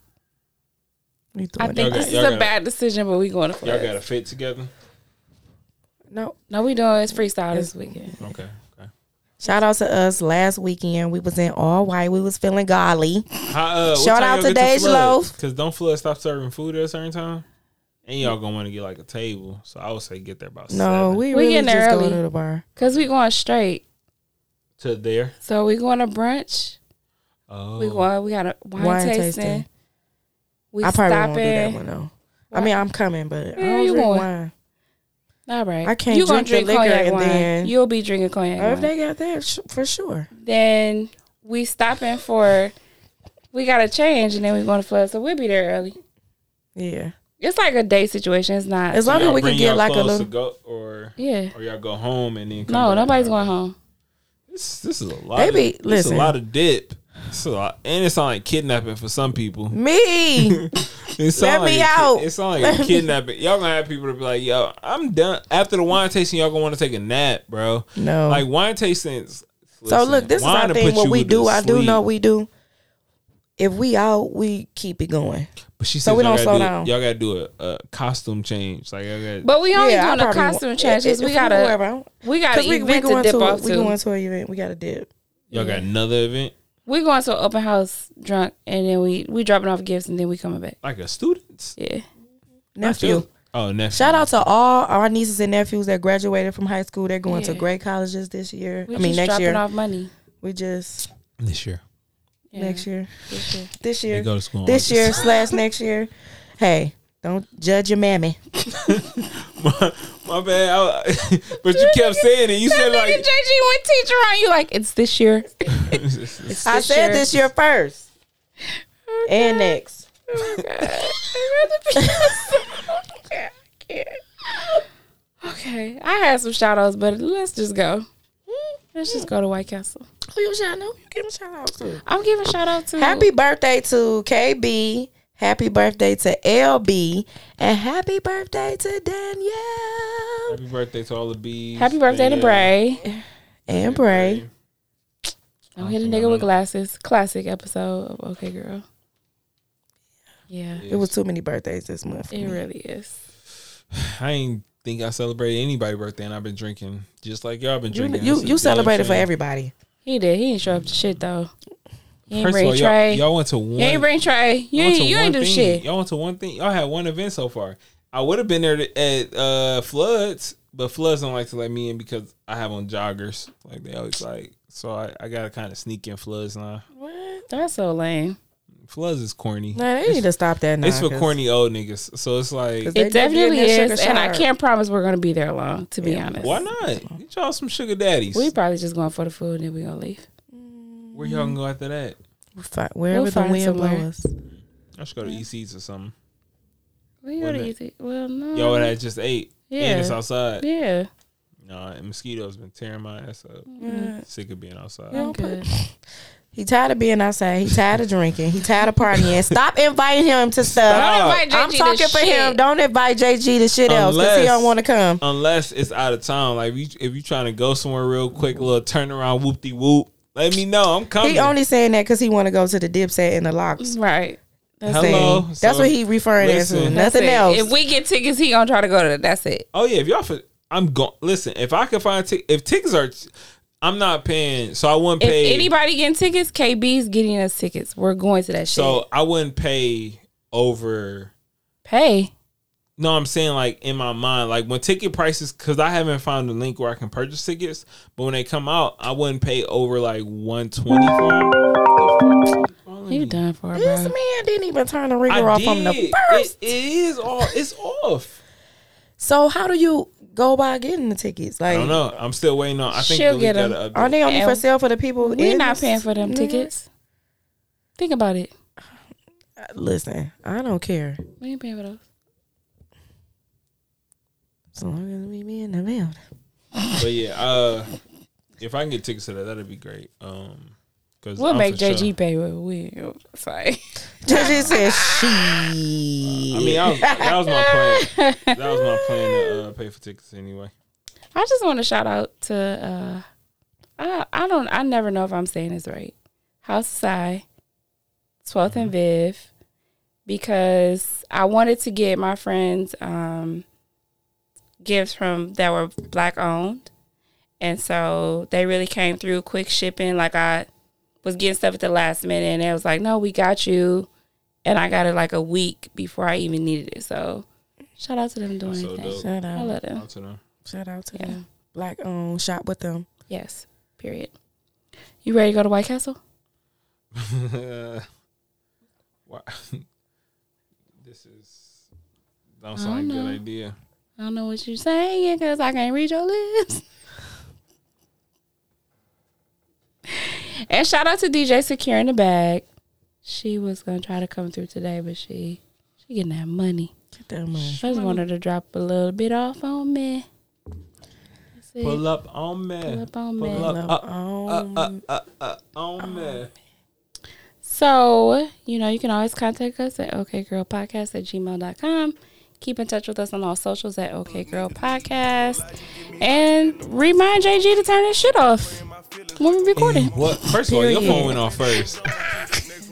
We
I
doing
think
got-
this
y'all
is a
got-
bad decision, but we going to
y'all
Floods.
gotta fit together.
it. No.
No, we doing it's freestyle this weekend.
Okay. Okay.
Shout out to us. Last weekend we was in all white. We was feeling godly.
How, uh, what
Shout
time
out
y'all
to
get
Dej
Floods?
Loaf.
Cause don't flood stop serving food at a certain time, and y'all gonna want to get like a table. So I would say get there about
No,
seven
we,
We
really
getting
just
there
going
early.
to the bar.
Cause we going straight.
to there.
So we going to brunch.
Oh,
We going we got a wine,
Wine
tasting.
tasting.
We
I probably
stopping.
won't do that one though. I mean, I'm coming, but I
Where
don't
you
drink
going?
wine.
All right.
I can't
you gonna
drink the liquor
cognac
and
wine.
then-
you'll be drinking cognac.
Oh,
wine.
if they got that, sh- for sure.
then we stopping for we gotta change and then we going to flood so we'll be there early
Yeah.
it's like a day situation it's not
As long
Y'all
as we
bring
can get
y'all
like a
clothes
little.
to go, or
yeah
or y'all go home and then. Come
no
back.
nobody's going home
This, this is a lot.
They
of,
be-
this
listen.
a lot of dip. It's a lot, and it sound like kidnapping for some people.
Me.
It sound
Let
like
me
a ki-
out.
It sound like a kidnapping. Y'all gonna have people to be like, "Yo, I'm done." After the wine tasting, y'all gonna want to take a nap, bro.
No.
like wine tastings.
So look, this is
wine
our
to
thing.
put
What
you
we
to
do, I do
sleep.
know we do. If we out, we keep it going.
But she
So
said
we
y'all
don't
gotta
slow
do-
down.
Y'all gotta do a, a costume change. Like y'all gotta,
but we only
I
doing a
probably won't.
costume change 'cause
If-
we
if wherever, I
gotta
don't-
we gotta
'cause we,
event
we going
to dip
to
off
we
to
going to an event. We got to dip.
y'all got another event
we going to an open house drunk and then we we dropping off gifts and then we coming back
like a students.
yeah
Nephew.
Oh, nephew.
Shout out to all our nieces and nephews that graduated from high school. They're going to
Yeah.
great colleges this year.
we
I mean
just
next
dropping
year.
off money
We just
this year.
Yeah.
next year.
This year.
This
They
year.
go to school. on
This
August.
year slash next year. Hey, don't judge your mammy.
my, my bad. I- but you kept saying it. You
That
said
nigga
like
JG went teacher on you like it's this year.
I said this year first and next.
Oh my God. I'd rather be outside. I can't. Okay, I had some shout outs, but let's just go. Let's just go to White Castle.
Who you shout out? Who you giving shout out to?
I'm giving shout out to
Happy birthday to KB. Happy birthday to LB. And happy birthday to Danielle.
Happy birthday to all the bees.
Happy birthday to
Yeah.
Bray.
And Bray.
Don't hit a nigga with glasses. Classic episode of Okay Girl. Yeah,
It was too many birthdays this month. for
it
me.
really is.
I ain't think I celebrated anybody's birthday, and I've been drinking just like y'all been
You
drinking.
you,
It's
you
a
celebrated
damn
for
shame.
everybody.
He did. He didn't show up to shit though. He ain't
First of
bring
all,
Trey.
y'all, y'all went to one.
you ain't bring Trey. You
y'all went to
ain't, you ain't
one
do
thing.
shit.
Y'all went to one thing. Y'all had one event so far. I would have been there to, at uh, Floods, but Floods don't like to let me in because I have on joggers. Like they always like, so I, I gotta kind of sneak in Floods now.
That's so lame.
Floods is corny.
Nah, they need to stop that now.
it's for
'cause-
corny old niggas. So it's like,
'cause they
It
done getting
definitely
that
is,
sugar
and I
shower.
can't promise we're gonna be there long. To be honest,
why not? Get y'all some sugar daddies.
We probably just going for the food and then we gonna leave.
Where y'all gonna go after that?
We'll fi- Wherever
We'll
the
find
wind
somewhere.
blows.
I should go to EC's or something.
We go to
Wouldn't
easy. Well, no.
Y'all would have just ate.
Yeah.
And it's outside.
yeah.
Nah, and mosquitoes been tearing my ass up. Sick of being outside.
Don't put- He tired of being outside. He tired of drinking. He tired of partying. Stop inviting him to stuff.
Don't invite JG
I'm talking
to
for
shit.
him. Don't invite JG to shit else because he
Unless-
don't want to come.
Unless it's out of town. Like if you if you trying to go somewhere real quick, a little turnaround, whoop de whoop. Let me know. I'm coming.
He only saying that because he want to go to the Dipset and the Locks.
Right.
That's
Hello.
That's
So,
what he referring it to.
listen.
Mm, That's
Nothing
it.
else.
If we get tickets, he gonna try to go to. The, that's it.
Oh yeah, if y'all, fi- I'm going. Listen, if I can find t- if tickets are, I'm not paying. So I wouldn't
If
pay.
anybody getting tickets, KB's getting us tickets. We're going to that shit.
so I wouldn't pay over.
Pay.
No, I'm saying like in my mind, like when ticket prices, because I haven't found a link where I can purchase tickets. But when they come out, I wouldn't pay over like 120.
You
Mm.
done for, bro.
this man didn't even turn the
I
ringer off
did.
on the
It-
first.
it is all. It's off.
So how do you go by getting the tickets? Like,
I don't know. I'm still waiting on. I think
She'll
Billy
get
got
'em.
an update.
are they only for
And
sale for the people?
We're
in
not
this-
paying for them
nigga?
tickets. Think about it.
Listen, I don't care.
We ain't paying for those.
As long as we be in the mail.
But yeah, uh, if I can get tickets to that, that'd be great. Um, because
We'll make JG pay what we. Sorry.
JG says she.
I mean, I was, that was my plan. That was my plan to uh, pay for tickets anyway.
I just want to shout out to. uh I I don't. I never know if I'm saying this right. House of Psy, 12th
Mm-hmm.
and Viv, because I wanted to get my friends um gifts from that were black owned, and so they really came through quick shipping. Like I was getting stuff at the last minute, and it was like, "No, we got you," and I got it like a week before I even needed it. So, shout out to them doing
That's so
anything.
dope.
Shout
I
out.
love them.
Out to them.
Shout out to
Yeah.
them. Black owned shop with them.
Yes. Period. You ready to go to White Castle?
Why- this is don't sound like a good idea.
I don't know what you're saying because I can't read your lips. and shout out to DJ securing the bag. She was gonna try to come through today, but she she getting that money.
Get that money.
I just wanted to drop a little bit off on me. That's it.
Pull up on me. Pull
up on me.
Pull up, uh,
Um,
uh, uh, uh, on me.
So, you know, you can always contact us at okgirlpodcast at gmail.com. Keep in touch with us on all socials at okgirlpodcast. And remind JG to turn his shit off when we're recording.
What? First of all, your
Period.
phone went off first.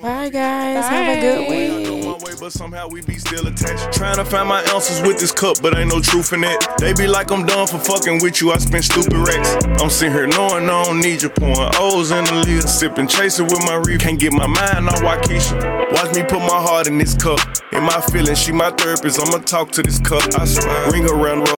Bye, guys. Have a good
Bye.
week.
One way, but somehow we be still attached. Trying to find my answers with this cup, but ain't no truth in it. They be like I'm done for fucking with you. I spend stupid racks. I'm sitting here knowing I don't need you. Pouring O's in the lid, sipping, chasing with my reef. Can't get my mind on Waukesha. Watch me put my heart in this cup. In my feelings, she my therapist. I'ma talk to this cup. I swear. Ring around the